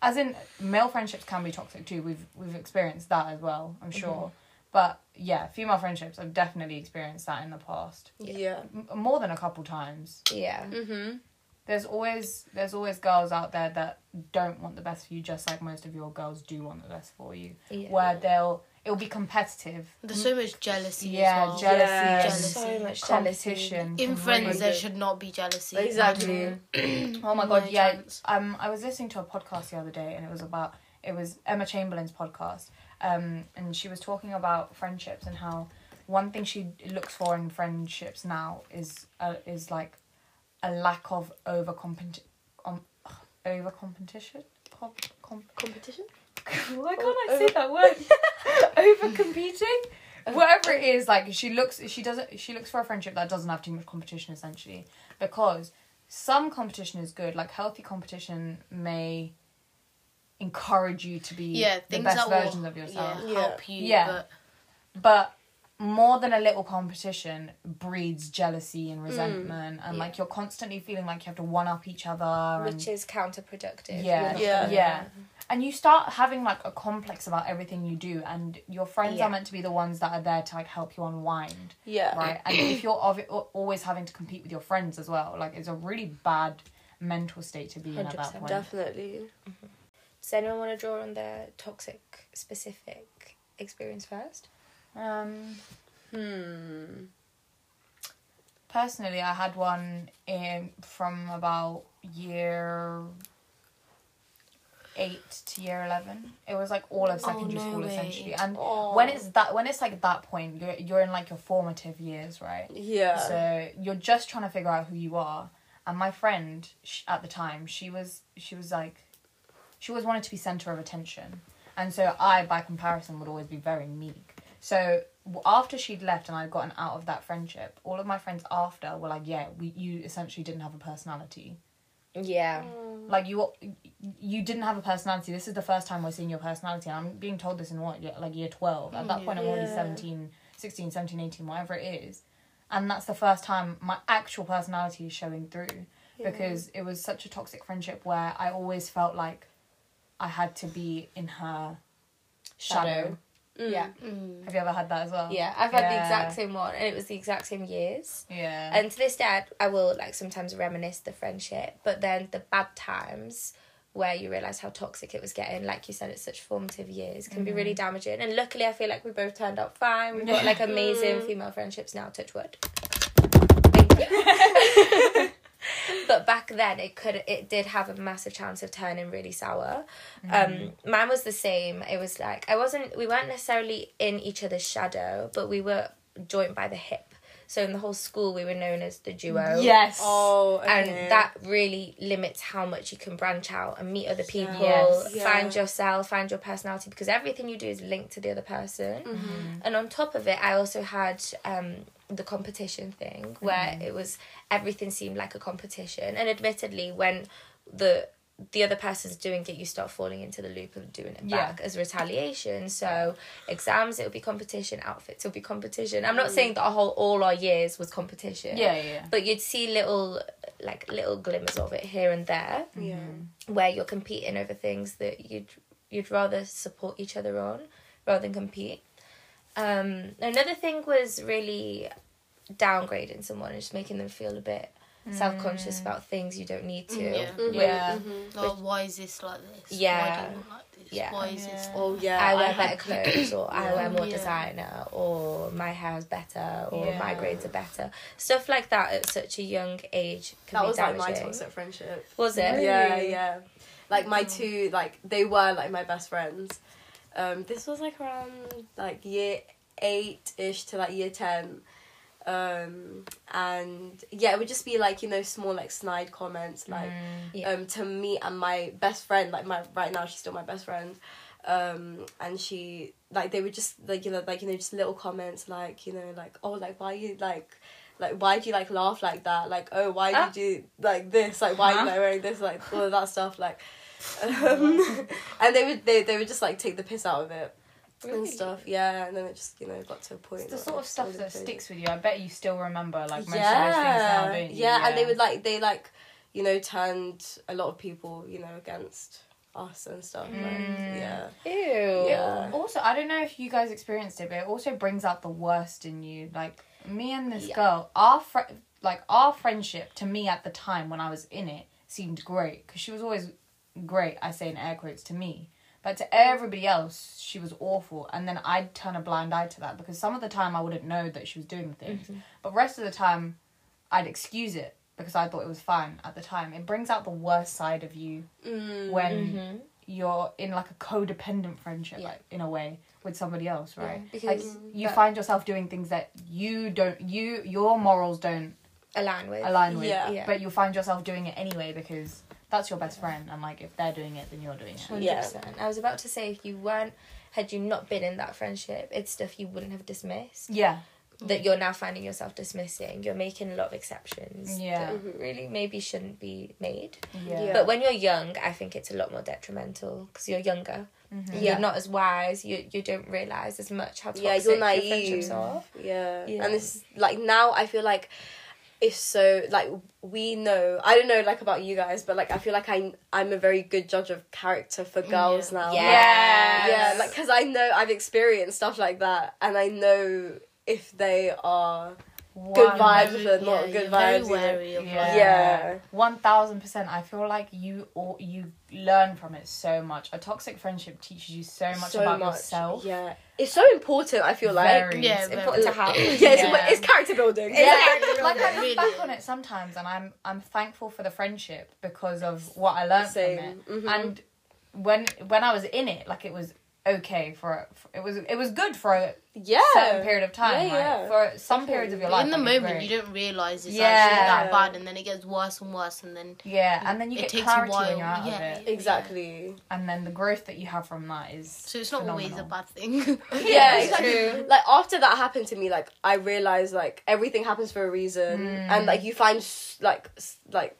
C: As in, male friendships can be toxic too. We've we've experienced that as well.
D: Mm-hmm.
C: I'm sure. But yeah, female friendships. I've definitely experienced that in the past,
D: Yeah.
C: M- more than a couple times.
A: Yeah.
D: Mm-hmm.
C: There's always there's always girls out there that don't want the best for you, just like most of your girls do want the best for you.
A: Yeah.
C: Where they'll it'll be competitive.
B: There's so much jealousy.
C: Yeah,
B: as well.
C: jealousy,
D: Yeah.
C: and
B: Jealousy.
A: So much jealousy.
C: competition.
B: In friends, there
D: Really?
B: should not be jealousy.
D: Exactly.
C: Oh my
B: No
C: god, yeah.
B: chance.
C: Um, I was listening to a podcast the other day, and it was about it was Emma Chamberlain's podcast. Um, and she was talking about friendships and how one thing she looks for in friendships now is uh, is like a lack of over competi- um, over competition. Com- com-
D: Competition.
C: why
B: Oh,
C: can't I say that word? Over competing?
B: Oh.
C: Whatever it is, like she looks she doesn't she looks for a friendship that doesn't have too much competition essentially. Because some competition is good, like healthy competition may encourage you to be
B: Yeah,
C: the
B: things
C: best
B: that will
C: versions of yourself.
B: yeah,
D: Yeah.
B: help you.
C: Yeah.
B: But
C: But more than a little competition breeds jealousy
B: Mm,
C: and resentment and like you're constantly feeling like you have to one up each other and
A: Which is counterproductive. You're
C: yeah,
A: not
C: yeah,
A: gonna-
C: yeah. And you start having like a complex about everything you do, and your friends
A: Yeah.
C: are meant to be the ones that are there to like help you unwind,
D: Yeah.
C: right? And if you're of always having to compete with your friends as well, like it's a really bad mental state to be in at that
A: 100%,
C: point.
D: Definitely.
A: Does anyone want to draw on their toxic specific experience first?
C: Um,
D: Hmm.
C: personally, I had one in from about year eight to year eleven. It was like all of
B: Oh,
C: secondary
B: no
C: school
B: way.
C: essentially, and
D: Oh.
C: when it's that when it's like that point, you're you're in like your formative years, right?
D: Yeah.
C: So you're just trying to figure out who you are. And my friend sh at the time, she was she was like, she always wanted to be center of attention, and so I, by comparison, would always be very meek. So w- after she'd left and I'd gotten out of that friendship, all of my friends after were like, yeah, we you essentially didn't have a personality.
A: Yeah.
C: Like you were- you didn't have a personality. This is the first time we're seeing your personality. And I'm being told this in what year- like year 12. At
A: Mm.
C: that point I'm already
D: Yeah.
C: 17, 16, 17, 18, whatever it is. And that's the first time my actual personality is showing through because it was such a toxic friendship where I always felt like I had to be in her shadow.
D: Mm.
C: Yeah. Have you ever had that as well?
A: Yeah, I've had the
C: Um, Yeah.
A: exact same one, and it was the exact same years.
C: Yeah.
A: And to this day, I'd- I will like sometimes reminisce the friendship, but then the bad times where you realize how toxic it was getting, like you said, it's such formative years, can be really damaging. And luckily, I feel like we both turned out fine. We've got like amazing female friendships now. Touch wood. Thank you. but back then, it could it did have a massive chance of turning really sour. Um, mine was the same. It was like I wasn't. We weren't necessarily in each other's shadow, but we were joint by the hip. So in the whole school, we were known as the duo.
C: yes.
D: Oh, okay.
A: And that really limits how much you can branch out and meet other people,
C: Yes.
D: Yeah.
A: find yourself, find your personality, because everything you do is linked to the other person.
D: Mm-hmm.
C: Mm-hmm.
A: And on top of it, I also had um, the competition thing where
C: Mm-hmm.
A: it was everything seemed like a competition. And admittedly, when the the other person's doing it, you start falling into the loop of doing it
C: Yeah.
A: back as retaliation. So exams, it would be competition. Outfits, it would be competition. I'm not saying that our whole all our years was competition.
C: Mm-hmm. Yeah, yeah, yeah.
A: But you'd see little, like little glimmers of it here and there,
D: yeah.
A: where you're competing over things that you'd you'd rather support each other on, rather than compete. Um, another thing was really downgrading someone and just making them feel a bit self conscious about things you don't need to.
B: Mm. Yeah.
A: Where-
C: Yeah.
A: Mm-hmm.
D: Mm-hmm.
B: Like, oh, why is this like this? Why
A: Yeah.
B: do you look like this?
A: Yeah.
B: Why is this?
D: Oh yeah.
A: I wear
B: I
A: better clothes, or I wear more
B: Yeah.
A: designer, or my hair's better, or my
C: Yeah.
A: grades are better. Stuff like that at such a young age can
D: that
A: be
D: was like
A: damaging.
D: my toxic friendship.
A: Was it?
D: Yeah, yeah. Like my two, like they were like my best friends. Um, this was like around like year eight ish to like year ten, um, and yeah, it would just be like you know small like snide comments like
A: Yeah.
D: um to me and my best friend like my right now she's still my best friend, um, and she like they were just like you know like you know just little comments like you know like oh like why you like like why do you like laugh like that like oh why
A: Huh?
D: do you do like this like why
C: Ah.
D: are
C: Huh?
D: you like, wearing this like all of that stuff like um, and they would they, they would just like take the piss out of it and
A: Really?
D: stuff yeah and then it just you know got to a point
C: It's the
D: where
C: sort
D: I
C: of
D: was
C: stuff
D: really
C: that
D: crazy.
C: sticks with you. I bet you still remember like most of those things
D: yeah
C: now, don't you?
D: yeah and they would like they like you know turned a lot of people you know against us and stuff like,
C: Mm.
D: yeah
A: Ew.
D: Yeah.
C: Also, I don't know if you guys experienced it, but it also brings out the worst in you. Like me and this
A: Yeah.
C: girl, our fr- like our friendship to me at the time when I was in it seemed great because she was always great. I say in air quotes to me, but to everybody else, she was awful. And then I'd turn a blind eye to that because some of the time I wouldn't know that she was doing things, but rest of the time, I'd excuse it because I thought it was fine at the time. It brings out the worst side of you
D: Mm.
C: when
A: Mhm.
C: you're in like a codependent friendship
A: Yeah.
C: like in a way with somebody else right
A: Yeah, because
C: like you
A: that-
C: find yourself doing things that you don't you your morals don't
A: Align with.
C: align with
D: Yeah.
A: Yeah.
C: but you'll find yourself doing it anyway because that's your best friend and like if they're doing it then you're doing it
A: Hundred percent. I was about to say if you weren't, had you not been in that friendship, it's stuff you wouldn't have dismissed
C: yeah
D: Mm.
A: that you're now finding yourself dismissing. You're making a lot of exceptions.
C: Yeah.
A: That really maybe shouldn't be made.
C: yeah,
D: Mm-hmm. Yeah.
A: But when you're young, I think it's a lot more detrimental because you're younger.
D: Mm-hmm. Yeah.
A: You're not as wise. You you don't realize as much how toxic
D: Yeah, you're
A: your friendships
D: naive.
A: are.
D: Yeah.
A: Yeah.
D: And it's like now I feel like if so like we know I don't know like about you guys, but like I feel like I I'm a very good judge of character for
C: Mm,
D: girls now.
A: Yes.
D: Yeah, like because I know I've experienced stuff like that, and I know if they are good
C: One-
D: vibes
B: Very-
D: or not
B: yeah,
D: good
B: you're
D: vibes.
B: very
D: you know.
B: wary of
C: Yeah.
B: like,
D: Yeah.
C: One thousand percent. I feel like you all you learn from it so much. A toxic friendship teaches you so much about yourself.
D: Yeah, it's so important. I feel like
C: Very.
B: Yeah,
A: It's important to have.
D: yeah, it's,
C: Yeah.
D: it's character building.
C: yeah, like I
B: Really.
C: look back on it sometimes, and I'm I'm thankful for the friendship because of what I learned
D: Same.
C: from it.
D: Mhm.
C: And when when I was in it, like it was okay for, for it was it was good for a
D: yeah.
C: certain period of time,
D: Yeah, yeah.
C: right? For some periods of your life,
B: in the
C: like, it's
B: moment,
C: great.
B: you don't realize it's
C: Yeah.
B: actually that bad, and then it gets worse and worse, and then
C: Yeah, and then you
B: It
C: get
B: takes a
C: clarity when
B: while,
C: you're out
B: yeah.
C: of it,
D: Exactly.
C: and then the growth that you have from that is
B: so it's not always a
C: phenomenal.
B: bad thing.
D: yeah,
A: Yeah,
D: exactly.
A: true.
D: Like after that happened to me, like I realized like everything happens for a reason, and like you find s- like s- like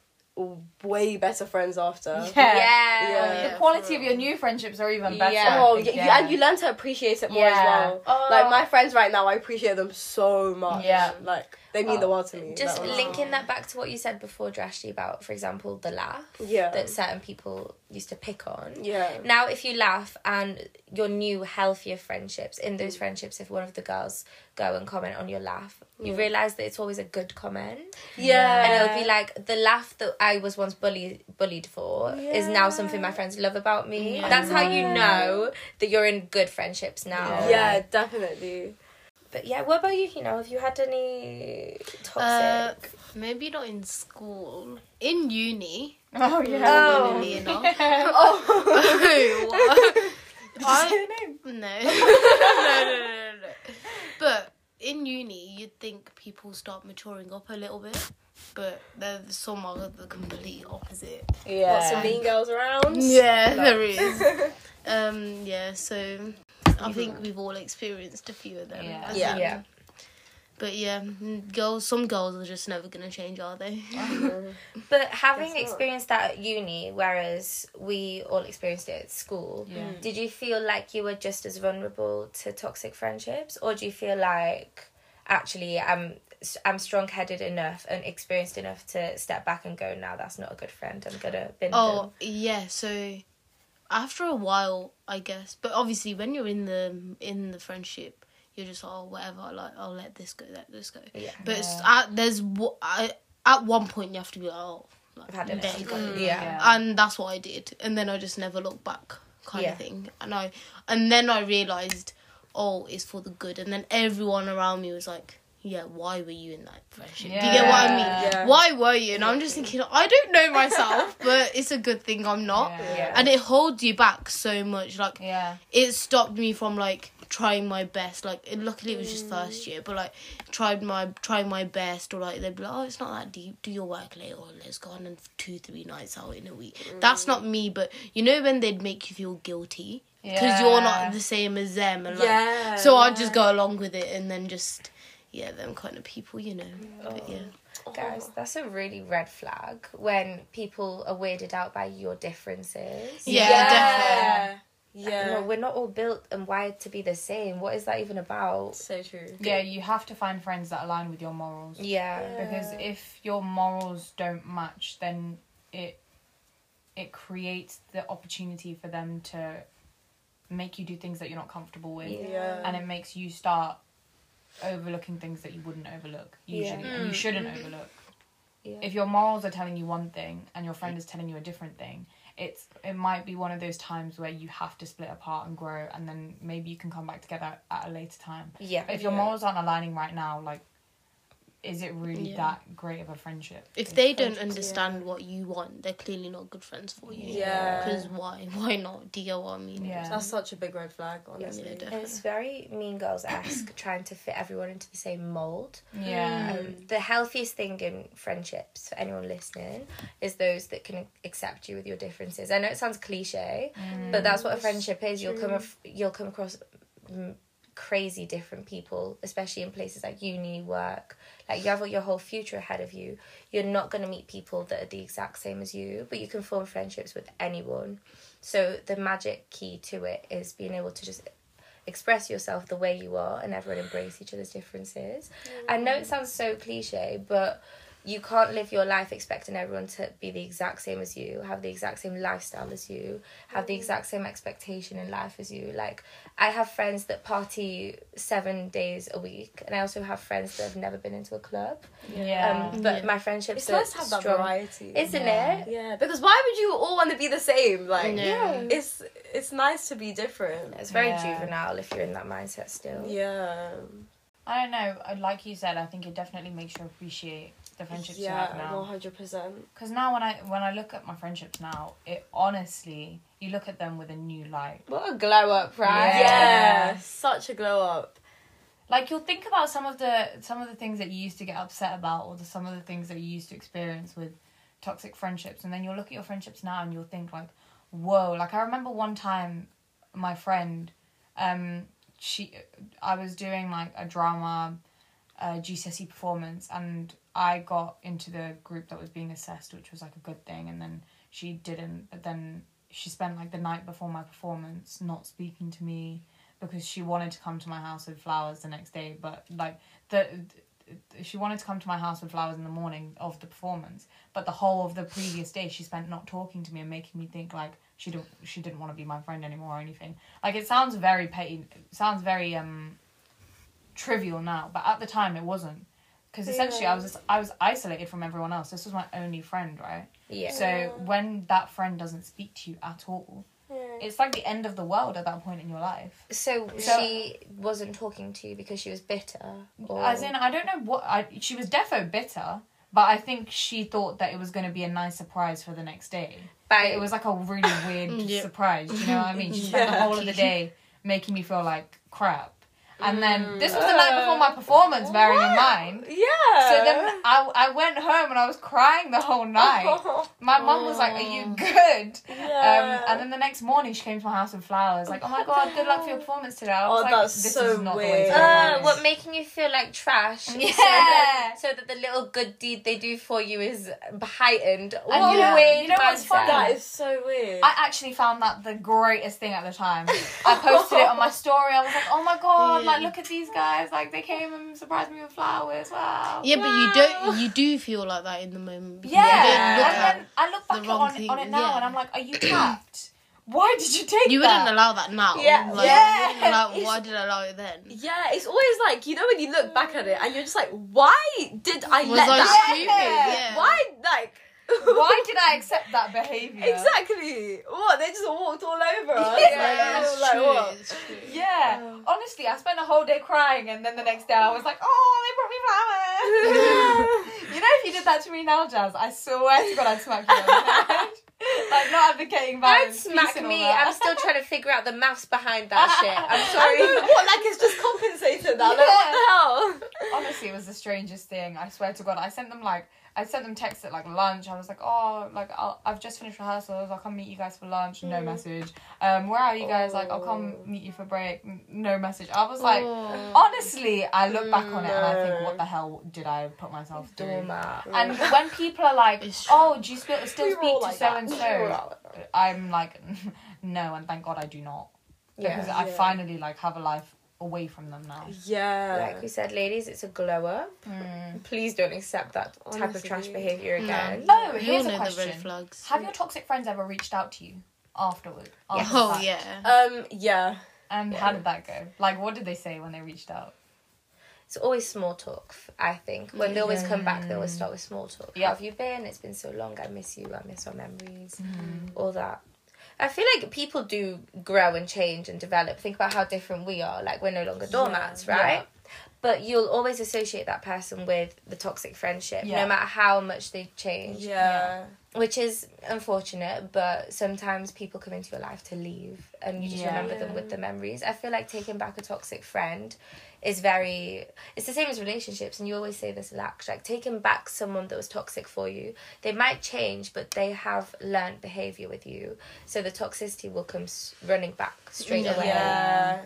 D: way better friends after.
C: Yeah.
A: Yeah.
D: Yeah.
C: The quality of your new friendships are even better.
A: Yeah.
C: I
D: Oh,
C: think,
D: yeah, you- and you learn to appreciate it more
C: Yeah.
D: as well.
B: Oh.
D: Like my friends right now, I appreciate them so much.
C: Yeah.
D: like they mean the world to me.
A: Just
D: That was-
A: linking that back to what you said before, Drashti, about, for example, the laugh
D: Yeah.
A: that certain people used to pick on.
D: yeah.
A: Now, if you laugh and your new, healthier friendships, in those friendships, if one of the girls go and comment on your laugh, you
D: Yeah.
A: realize that it's always a good comment.
D: Yeah.
A: And it'll be like the laugh that I was once bullied bullied for is now something my friends love about me.
B: Yeah.
A: That's how you know that you're in good friendships now.
D: Yeah, definitely.
A: But yeah, what about you, Hino? Have you had any toxic?
B: Uh, maybe not in school. In uni.
C: Oh yeah.
A: Oh.
B: Funnily enough.
D: Oh.
B: What? I-
C: Say her name.
B: No. no, no, no, no. But in uni, you'd think people start maturing up a little bit, but they're some are the complete opposite.
C: Yeah.
D: Lots of mean girls around.
B: Yeah, there is. um, yeah, so I think we've all experienced a few of them.
C: Yeah.
B: I
D: Yeah.
B: think.
A: Yeah.
B: But yeah, mm, girls. Some girls are just never gonna change, are they?
A: But having
D: not.
A: experienced that at uni, whereas we all experienced it at school,
C: Yeah.
A: did you feel like you were just as vulnerable to toxic friendships, or do you feel like actually I'm I'm strong headed enough and experienced enough to step back and go, now that's not a good friend. I'm gonna bin
B: Oh yeah, so after a while, I guess. But obviously, when you're in the in the friendship, you're just oh whatever. Like I'll let this go, let this go.
A: them. Yeah.
B: But it's,
C: Yeah.
B: at, there's wo- I, at one point you have to be like oh, like,
A: I've had enough.
B: there you go.
A: Yeah.
C: Yeah.
B: And that's what I did, and then I just never looked back, kind
A: Yeah.
B: of thing. And I and then I realized oh it's for the good, and then everyone around me was like. Yeah, why were you in that friendship? Do you get what I mean?
C: Yeah.
D: Yeah.
B: Why were you? And I'm just thinking, I don't know myself, but it's a good thing I'm not.
C: Yeah.
B: And it holds you back so much. Like
C: Yeah.
B: it stopped me from like trying my best. Like and luckily it was just first year, but like tried my trying my best or like they'd be like, oh, it's not that deep. Do your work later. Or let's go on and two three nights out in a week. That's not me. But you know when they'd make you feel guilty because you're
C: Yeah.
B: not the same as them. And like,
D: Yeah.
B: So I'd just go along with it and then just yeah, them kind of people, you know. But yeah.
A: Guys, that's a really red flag when people are weirded out by your differences.
B: Yeah,
D: Yeah.
C: definitely.
A: No,
D: Yeah.
A: we're not all built and wired to be the same. What is that even about?
D: So true.
C: Yeah, you have to find friends that align with your morals.
A: Yeah.
C: Because
D: Yeah.
C: if your morals don't match, then it it creates the opportunity for them to make you do things that you're not comfortable with,
A: Yeah.
D: Yeah.
C: and it makes you start overlooking things that you wouldn't overlook usually,
A: Yeah.
C: and you
B: Mm,
C: shouldn't
B: mhm.
C: overlook.
A: Yeah.
C: If your morals are telling you one thing and your friend is telling you a different thing, it's it might be one of those times where you have to split apart and grow, and then maybe you can come back together at a later time.
A: Yeah.
C: But if your
D: Yeah.
C: morals aren't aligning right now, like, is it really
B: Yeah.
C: that great of a friendship?
B: If they don't
D: friendships,
B: understand what you want, they're clearly not good friends for you.
D: Yeah.
B: Because why? Why not? Do you know what I mean?
C: Yeah.
D: That's such a big red flag, honestly.
B: Yeah.
A: And it's very Mean Girls esque trying to fit everyone into the same mold.
C: yeah,
B: Mm.
A: Um, the healthiest thing in friendships, for anyone listening, is those that can accept you with your differences. I know it sounds cliche, but that's what a friendship is. You'll come af- you'll come across mm, crazy different people, especially in places like uni, work. Like you have your whole future ahead of you. You're not going to meet people that are the exact same as you, but you can form friendships with anyone. So the magic key to it is being able to just express yourself the way you are and everyone embrace each other's differences. I know it sounds so cliche, but you can't live your life expecting everyone to be the exact same as you, have the exact same lifestyle as you, have the exact same expectation in life as you. Like, I have friends that party seven days a week, and I also have friends that have never been into a club.
C: yeah,
A: Um, but
B: Yeah.
A: my friendships
D: It's
A: are
D: nice to have that
A: strong.
D: variety.
A: Isn't
C: Yeah.
A: it?
D: yeah, because why would you all want to be the same? Like,
B: No.
A: Yeah.
D: it's it's nice to be different.
A: It's very
C: Yeah.
A: juvenile if you're in that mindset still.
D: Yeah.
C: I don't know. I- Like you said, I think it definitely makes you appreciate the friendships you have
D: yeah, one
C: now.
D: hundred percent.
C: Because now when I when I look at my friendships now, it honestly you look at them with a new light.
A: What a glow up,
C: right?
D: Yeah, such a glow up.
C: Like you'll think about some of the some of the things that you used to get upset about, or the, some of the things that you used to experience with toxic friendships, and then you'll look at your friendships now and you'll think like, whoa! Like I remember one time, my friend, um, she, I was doing like a drama uh, GCSE performance, and I got into the group that was being assessed, which was like a good thing, and then she didn't. But then she spent like the night before my performance not speaking to me because she wanted to come to my house with flowers the next day, but like the. She wanted to come to my house with flowers in the morning of the performance, but the whole of the previous day she spent not talking to me and making me think like she didn't she didn't want to be my friend anymore or anything. Like it sounds very petty, it sounds very um trivial now, but at the time it wasn't because essentially I was just, I was isolated from everyone else. This was my only friend, right?
A: Yeah.
C: So when that friend doesn't speak to you at all, it's like the end of the world at that point in your life.
A: So,
C: So-
A: she wasn't talking to you because she was bitter. Or...
C: As
D: Oh.
C: in, I don't know what I. She was defo bitter, but I think she thought that it was going to be a nice surprise for the next day.
A: Bang.
C: It was like a really weird
B: Yeah.
C: surprise. You know what I mean? She spent the whole of the day making me feel like crap. And
D: Mm.
C: then this was the night before
D: Uh,
C: my performance, bearing in mind.
D: Yeah.
C: So then I, I went home and I was crying the whole
D: Oh.
C: night. My mum was like, "Are you good?"
D: Yeah.
C: Um, and then the next morning she came to my house with flowers, like, "Oh my god, good luck for your performance today." I was
D: Oh,
C: like,
D: that's
C: "This
D: so
C: is not the way to
D: weird.
C: go about
A: Uh,
C: this."
A: what making you feel like trash? so
C: Yeah.
A: that- So that, the little good deed they do for you is heightened. What
C: you
A: a
C: know-
A: weird
C: you know what's
A: mindset.
C: funny?
D: that is so weird.
C: I actually found that the greatest thing at the time. I posted it on my story. I was like, "Oh my god,
B: Yeah.
C: like look at these guys! Like they came and surprised me with flowers. Wow."
B: Yeah, but you don't. You do feel like that in the moment. because
C: Yeah,
B: You, don't look
C: and then
B: at,
C: I look
B: the
C: back
B: wrong
C: on,
B: thing,
C: on it now
B: yeah.
C: and I'm like, "Are you capped? Why did you take
B: you
C: that?"
B: wouldn't allow that now.
D: Yeah.
C: Yeah.
B: Like, you wouldn't allow-
D: It's-
B: why did I allow it then?
D: yeah, it's always like you know when you look back at it and you're just like, why did I
B: Was
D: let
B: I
D: that?
C: happen.
B: stupid? Yeah.
D: Why like?
C: Why did I accept that behavior?
D: Exactly. What they just walked all over us.
C: Yeah.
B: Like,
D: Like,
B: it's
D: oh, like,
B: true,
D: what?
B: it's true.
C: Yeah.
B: Oh.
C: Honestly, I spent a whole day crying, and then the next day I was like, "Oh, they brought me flowers." you know, if you did that to me now, Jazz, I swear to God, I'd smack you. on the head. like not advocating
A: Don't
C: violence. peace
A: smack
C: and all
A: me.
C: that.
A: I'm still trying to figure out the maths behind that shit. I'm
D: I know,
A: sorry.
D: what like it's just compensated now. Like, what the hell?
C: Honestly, it was the strangest thing. I swear to God, I sent them like. I sent them texts at like lunch. I was like, "Oh, like I'll, I've just finished rehearsals. I'll come meet you guys for lunch." No message. Um, where are you guys? Like, I'll come meet you for break. N- No message. I was like,
B: Oh.
C: honestly, I look back on it and I think,
D: No.
C: "What the hell did I put myself through?"
A: Doormat.
C: And when people are like,
B: It's true.
C: "Oh, do you still still
D: We were all
C: speak to
D: like
C: so and
D: that. We were
C: so?"
D: all
C: I'm like, "No," and thank God I do not because
A: Yeah.
C: I
D: Yeah.
C: finally like have a life away from them now.
D: Yeah.
A: Like we said, ladies, it's a glow up. Please don't accept that type of trash
D: Honestly.
A: behavior again.
C: No,
B: You all
C: here's a
B: know the red
C: question:
B: flags.
C: Have your toxic friends ever reached out to you afterward? after the
B: Oh
C: fact?
B: yeah.
D: um. Yeah.
C: And how did that go? Like, what did they say when they reached out?
A: It's always small talk, f- I think. When they always come back, they always start with small talk.
C: Yeah.
A: How have you been? It's been so long. I miss you. I miss our memories.
C: Mm-hmm.
A: All that. I feel like people do grow and change and develop. Think about how different we are. Like, we're no longer doormats, right? But you'll always associate that person with the toxic friendship,
C: Yeah.
A: no matter how much they change.
D: Yeah.
A: which is unfortunate but sometimes people come into your life to leave and you just
C: Yeah.
A: remember them with the memories i feel like taking back a toxic friend is very it's the same as relationships and you always say this lack like taking back someone that was toxic for you they might change but they have learned behavior with you so the toxicity will come s- running back straight
B: Yeah.
A: away
D: Yeah.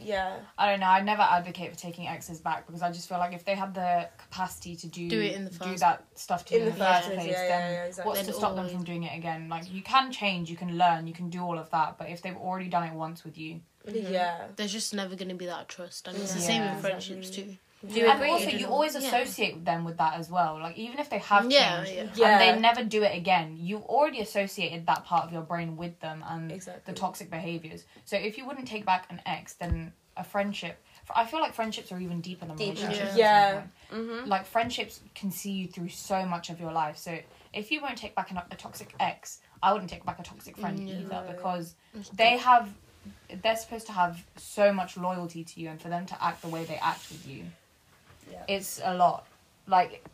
D: Yeah.
C: I don't know. I never advocate for taking exes back because I just feel like if they had the capacity to do
B: Do it in the first-
C: that stuff to
D: In
C: you
D: the
C: in the first
D: first
C: place,
D: place,
C: then
D: yeah, yeah, yeah, exactly.
C: what's
B: Then
C: to stop them
B: always-
C: from doing it again? Like you can change, you can learn, you can do all of that, but if they've already done it once with you,
D: Yeah.
B: There's just never gonna be that trust, and it's the same
C: Yeah.
B: in friendships too.
A: Do you
C: and
A: agree?
C: also you always associate them with that as well. Like even if they have
B: Yeah,
C: changed
B: yeah.
D: Yeah.
C: and they never do it again, you've already associated that part of your brain with them and
D: Exactly.
C: the toxic behaviors. So if you wouldn't take back an ex, then a friendship. I feel like friendships are even deeper than
A: Deeper.
C: relationships.
B: Yeah.
C: at some
D: Yeah.
C: point. like friendships can see you through so much of your life. So if you won't take back an, a toxic ex, I wouldn't take back a toxic friend either because they have they're supposed to have so much loyalty to you, and for them to act the way they act with you,
D: Yeah.
C: it's a lot. Like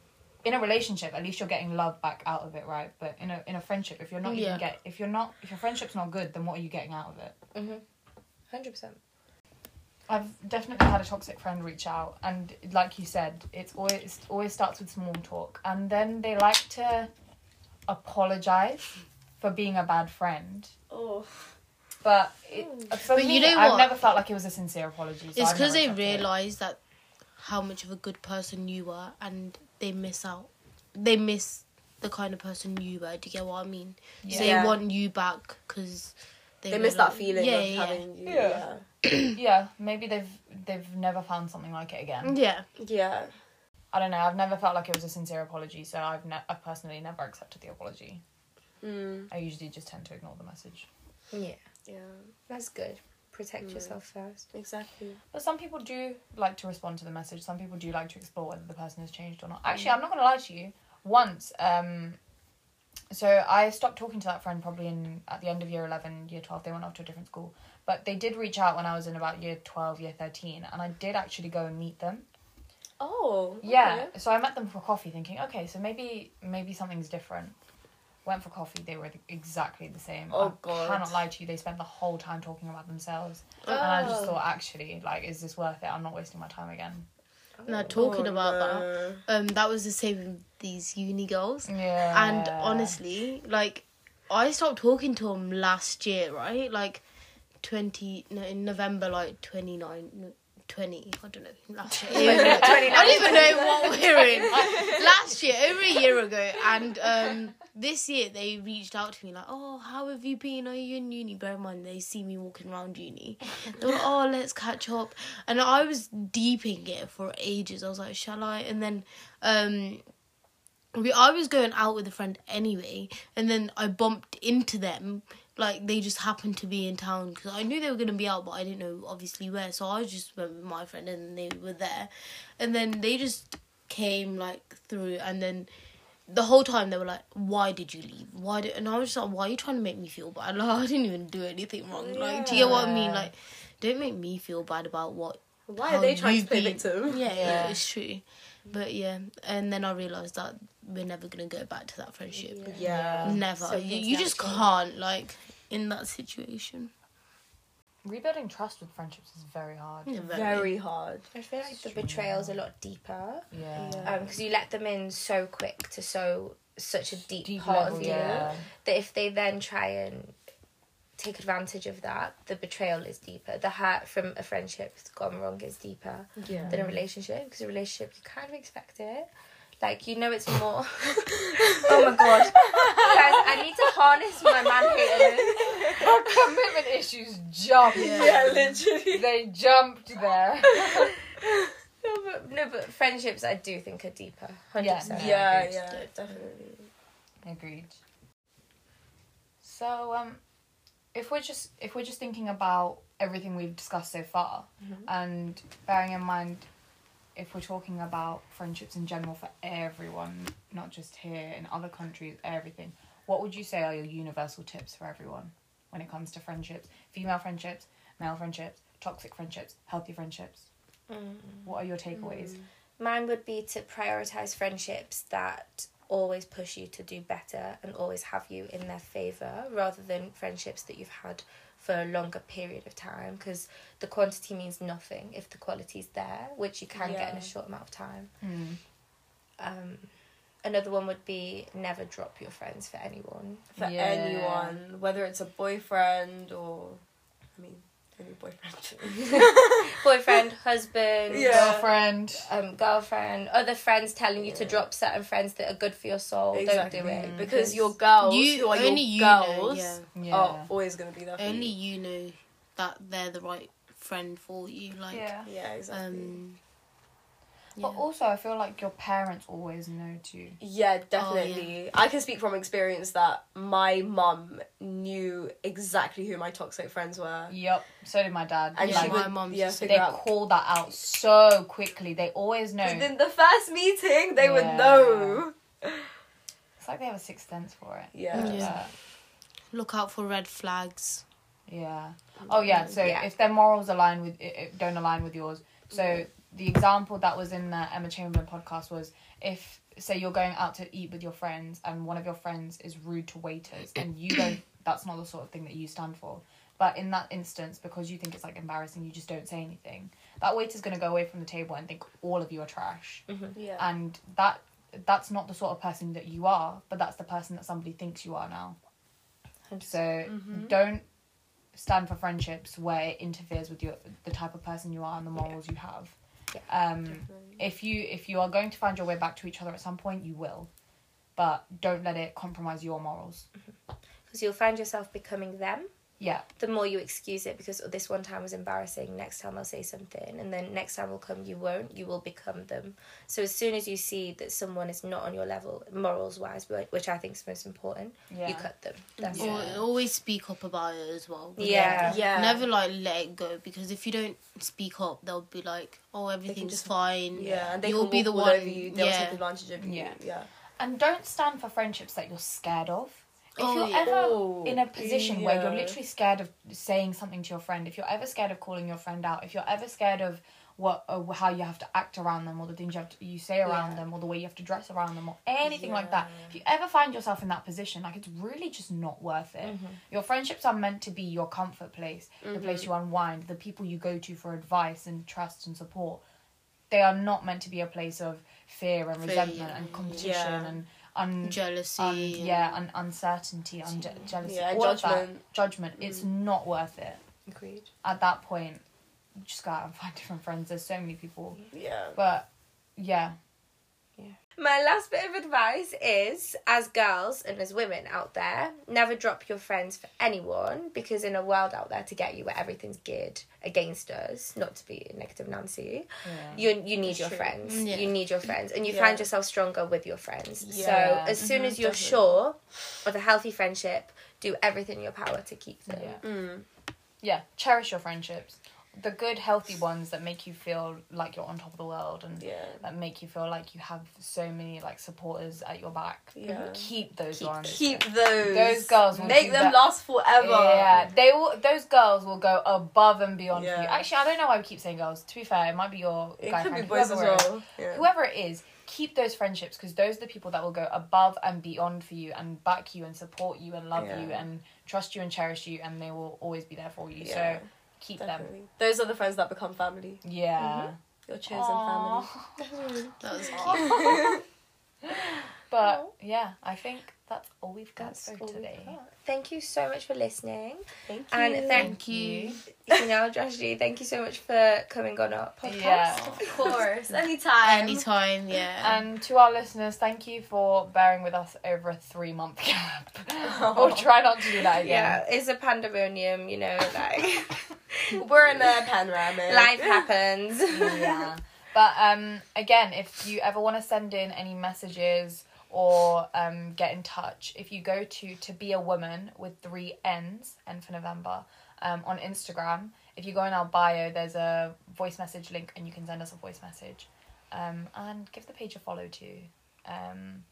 C: in a relationship, at least you're getting love back out of it, right? But in a in a friendship, if you're not
B: Yeah.
C: even get if you're not if your friendship's not good, then what are you getting out of it?
A: 100%
C: I've definitely had a toxic friend reach out, and like you said, it's always it always starts with small talk, and then they like to apologize for being a bad friend.
D: Oh.
C: But it, for
B: But you
C: me,
B: know
C: I've
B: what?
C: never felt like it was a sincere apology. So
B: It's
C: I've never
B: because they
C: accepted it.
B: realise that how much of a good person you were, and they miss out. They miss the kind of person you were. Do you get what I mean? So they
D: Yeah.
B: want you back because they,
D: They miss that feeling
B: realise- Yeah,
D: of
B: yeah,
D: having you.
C: Yeah. yeah, maybe they've they've never found something like it again.
B: yeah.
D: Yeah.
C: I don't know. I've never felt like it was a sincere apology, so I've ne- I've personally never accepted the apology.
D: Yeah. Mm.
C: I usually just tend to ignore the message.
A: Yeah,
D: yeah.
A: that's good. Protect
B: Mm.
A: yourself first.
D: Exactly.
C: But some people do like to respond to the message. Some people do like to explore whether the person has changed or not. Actually, I'm not going to lie to you. Once, um, so I stopped talking to that friend probably in at the end of year 11, year 12. They went off to a different school. But they did reach out when I was in about year 12, year 13, and I did actually go and meet them.
D: Oh.
C: Yeah. So I met them for coffee, thinking, okay, so maybe maybe something's different. Went for coffee. They were exactly the same.
D: Oh,
C: I
D: God.
C: cannot lie to you. They spent the whole time talking about themselves, and I just
D: Oh.
C: thought, actually, like, is this worth it? I'm not wasting my time again.
B: Now talking
D: Oh,
B: about that,
D: no.
B: um, that was the same with these uni girls.
C: Yeah.
B: And honestly, like, I stopped talking to him last year, right? Like, 20, no, in November, like 29, no, 20, I don't know, last year. I don't even know what we're in. Like, last year, over a year ago, and um, this year they reached out to me like, "Oh, how have you been? Are you in uni?" Bear in mind, they see me walking around uni. They're like, "Oh, let's catch up," and I was deeping it for ages. I was like, "Shall I?" And then. Um, we, I was going out with a friend anyway, and then I bumped into them. Like they just happened to be in town because I knew they were gonna be out, but I didn't know obviously where. So I just went with my friend, and they were there, and then they just came like through, and then the whole time they were like, "Why did you leave? Why?" Did... And I was just like, "Why are you trying to make me feel bad? Like, I didn't even do anything wrong. Like, do you get what I mean?
C: Yeah.
B: Like, don't make me feel bad about what
D: Why
B: how
D: are they trying
B: Oh, you've
D: to play
B: been-
D: victim?
B: Yeah,
C: Yeah.
B: yeah, it's true. But yeah, and then I realized that we're never gonna go back to that friendship.
C: Yeah.
B: Never.
A: So
B: you, you just
A: exactly.
B: can't like in that situation.
C: rebuilding trust with friendships is very hard.
B: Yeah, very.
D: Very hard.
A: I feel like the betrayal's a lot deeper
C: Yeah.
D: Yeah.
A: because um, you let them in so quick to so such a deep,
C: Deep
A: part
C: level,
A: of you
C: yeah.
A: that if they then try and take advantage of that, the betrayal is deeper. The hurt from a friendship that's gone wrong is deeper
D: Yeah.
C: Mm.
A: than a relationship because a relationship you kind of expect it. Like you know, it's more. oh my god, guys! I need to harness my man
C: Our commitment issues jumped.
D: Yeah, literally.
C: They jumped there.
A: No, but no, but friendships I do think are deeper. Hundred
C: Yeah.
A: percent.
D: Yeah,
C: agreed.
D: yeah, definitely.
C: Agreed. So, um, if we're just if we're just thinking about everything we've discussed so far, and bearing in mind, if we're talking about friendships in general for everyone, not just here in other countries, everything, what would you say are your universal tips for everyone when it comes to friendships, female friendships, male friendships, toxic friendships, healthy friendships? What are your takeaways?
A: Mine would be to prioritize friendships that always push you to do better and always have you in their favor rather than friendships that you've had for a longer period of time because the quantity means nothing if the quality's there, which you can get in
D: Yeah. Hmm.
A: a short amount of time.
C: Mm.
A: Um, another one would be never drop your friends for anyone.
D: For
C: Yeah.
D: anyone, whether it's a boyfriend or, I mean, any boyfriend.
B: Mm,
A: Boyfriend, husband,
D: Yeah.
C: Girlfriend.
A: um, girlfriend, other friends telling you to drop certain friends that are good for your soul. Don't do it
D: Because, your girls,
B: You-
D: who are
B: only
D: your
B: you know,
D: girls,
B: yeah.
C: Yeah.
D: are always going to be there for
B: Only
D: you.
B: you know that they're the right friend for you. Like,
C: yeah.
D: Yeah, exactly.
B: um, yeah.
C: But also, I feel like your parents always know too.
D: Yeah, definitely. I can speak from experience that my mum knew exactly who my toxic friends were.
C: Yep. So did my dad.
D: And
B: Yeah,
D: she
B: my
D: would
B: mum's
D: yeah,
B: the
C: So
D: figure
C: they
D: out.
C: call that out so quickly. They always know.
D: Within the first meeting, they would
C: Yeah.
D: know.
C: It's like they have a sixth sense for it.
D: Yeah.
B: Yeah.
C: Yeah.
B: look out for red flags.
C: Yeah. Oh yeah. So
A: Yeah.
C: if their morals align with, i- i- don't align with yours. So the example that was in the Emma Chamberlain podcast was if say you're going out to eat with your friends and one of your friends is rude to waiters and you don't, that's not the sort of thing that you stand for. But in that instance, because you think it's like embarrassing, you just don't say anything. That waiter's gonna go away from the table and think all of you are trash.
D: Yeah.
C: and that that's not the sort of person that you are but that's the person that somebody thinks you are now so don't stand for friendships where it interferes with your the type of person you are and the morals you have Um, if you if you are going to find your way back to each other at some point, you will, but don't let it compromise your morals.
A: because you'll find yourself becoming them.
C: Yeah,
A: The more you excuse it, because "Oh, this one time was embarrassing, next time I'll say something, and then next time will come, you won't. You will become them. So as soon as you see that someone is not on your level, morals wise, which I think is most important,
C: yeah.
A: you cut them. That's
B: Al-
A: it.
B: always speak up about it as well.
A: Yeah.
D: Yeah.
B: Never like let it go because if you don't speak up, they'll be like, "Oh, everything's
D: just-
B: fine."
D: Yeah, and they
B: You'll
D: will
B: be
D: be the
B: the
D: one. Over
B: one-
D: you. They'll
B: yeah.
D: take advantage of you. Yeah.
C: Yeah. And don't stand for friendships that you're scared of. If
B: Oh,
C: you're
B: yeah.
C: ever
D: Oh,
C: in a position where you're
D: yeah.
C: literally scared of saying something to your friend, if you're ever scared of calling your friend out, if you're ever scared of what uh, how you have to act around them or the things you have to, you say around
D: Yeah.
C: them or the way you have to dress around them or anything like that, if you ever find yourself in that position, like it's really just not worth it.
D: Mm-hmm.
C: Your friendships are meant to be your comfort place, the
D: Mm-hmm.
C: place you unwind, the people you go to for advice and trust and support. They are not meant to be a place of fear and
B: Fear,
C: resentment
B: yeah.
C: and competition
D: Yeah.
C: and un-
B: Jealousy.
C: un-
D: Um,
B: and-
C: yeah, and uncertainty, un- je- jealousy,
D: Yeah,
C: all of
D: judgment. Mm.
C: that judgment. It's not worth it.
D: agreed.
C: At that point, you just go out and find different friends. There's so many people,
D: Yeah.
C: but yeah,
A: My last bit of advice is as girls and as women out there, never drop your friends for anyone because in a world out there to get you where everything's geared against us, not to be negative Nancy, you you need your
D: true.
A: friends.
B: Mm, yeah.
A: You need your friends and you
D: Yeah.
A: find yourself stronger with your friends.
C: Yeah.
A: So as soon
B: Mhm,
A: as you're
D: definitely.
A: sure of a healthy friendship, do everything in your power to keep them.
C: yeah,
D: Mm.
C: yeah. Cherish your friendships, the good, healthy ones that make you feel like you're on top of the world and
D: Yeah.
C: that make you feel like you have so many like supporters at your back.
D: Yeah.
C: Keep those
A: Keep
C: ones.
D: Keep those.
C: Those girls will
D: Make
C: do
D: them
C: that.
D: last forever.
C: Yeah, they will. Those girls will go above and beyond for you.
D: Yeah.
C: Actually, I don't know why we keep saying girls. To be fair, it might be your
D: It
C: guy
D: could be
C: friend,
D: boys as
C: whoever it is.
D: well. Yeah.
C: Whoever it is, keep those friendships because those are the people that will go above and beyond for you and back you and support you and love
D: Yeah.
C: you and trust you and cherish you and they will always be there for you.
D: Yeah,
C: So keep them.
D: Definitely. Mm-hmm. Those are the friends that become family.
C: Yeah.
D: Your chosen
C: Aw.
B: That was cute.
C: But yeah, I think that's all we've got
A: That's
C: for
A: all we've
C: today.
A: got. Thank you so much for listening.
D: family. Thank you.
A: And thank,
B: Thank you.
A: you now, Tragedy. Thank you so much for coming on our podcast.
C: Yeah.
D: of course. Anytime.
B: Anytime, yeah.
D: um,
C: And to our listeners, thank you for bearing with us over a three month gap. we'll try not to do that again.
A: Yeah, it's a pandemonium, you know, like
D: We're in a panoramic.
A: life happens.
C: yeah. But um, again, if you ever want to send in any messages or um, get in touch, if you go to to be a woman with three N's, N for November, um, on Instagram, if you go in our bio, there's a voice message link and you can send us a voice message. Um, and give the page a follow too. Um,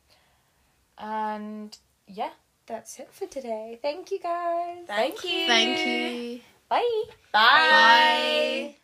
C: and yeah,
A: That's it for today. Thank you guys.
D: Thank you.
B: Thank you.
C: bye.
D: Bye.
B: Bye.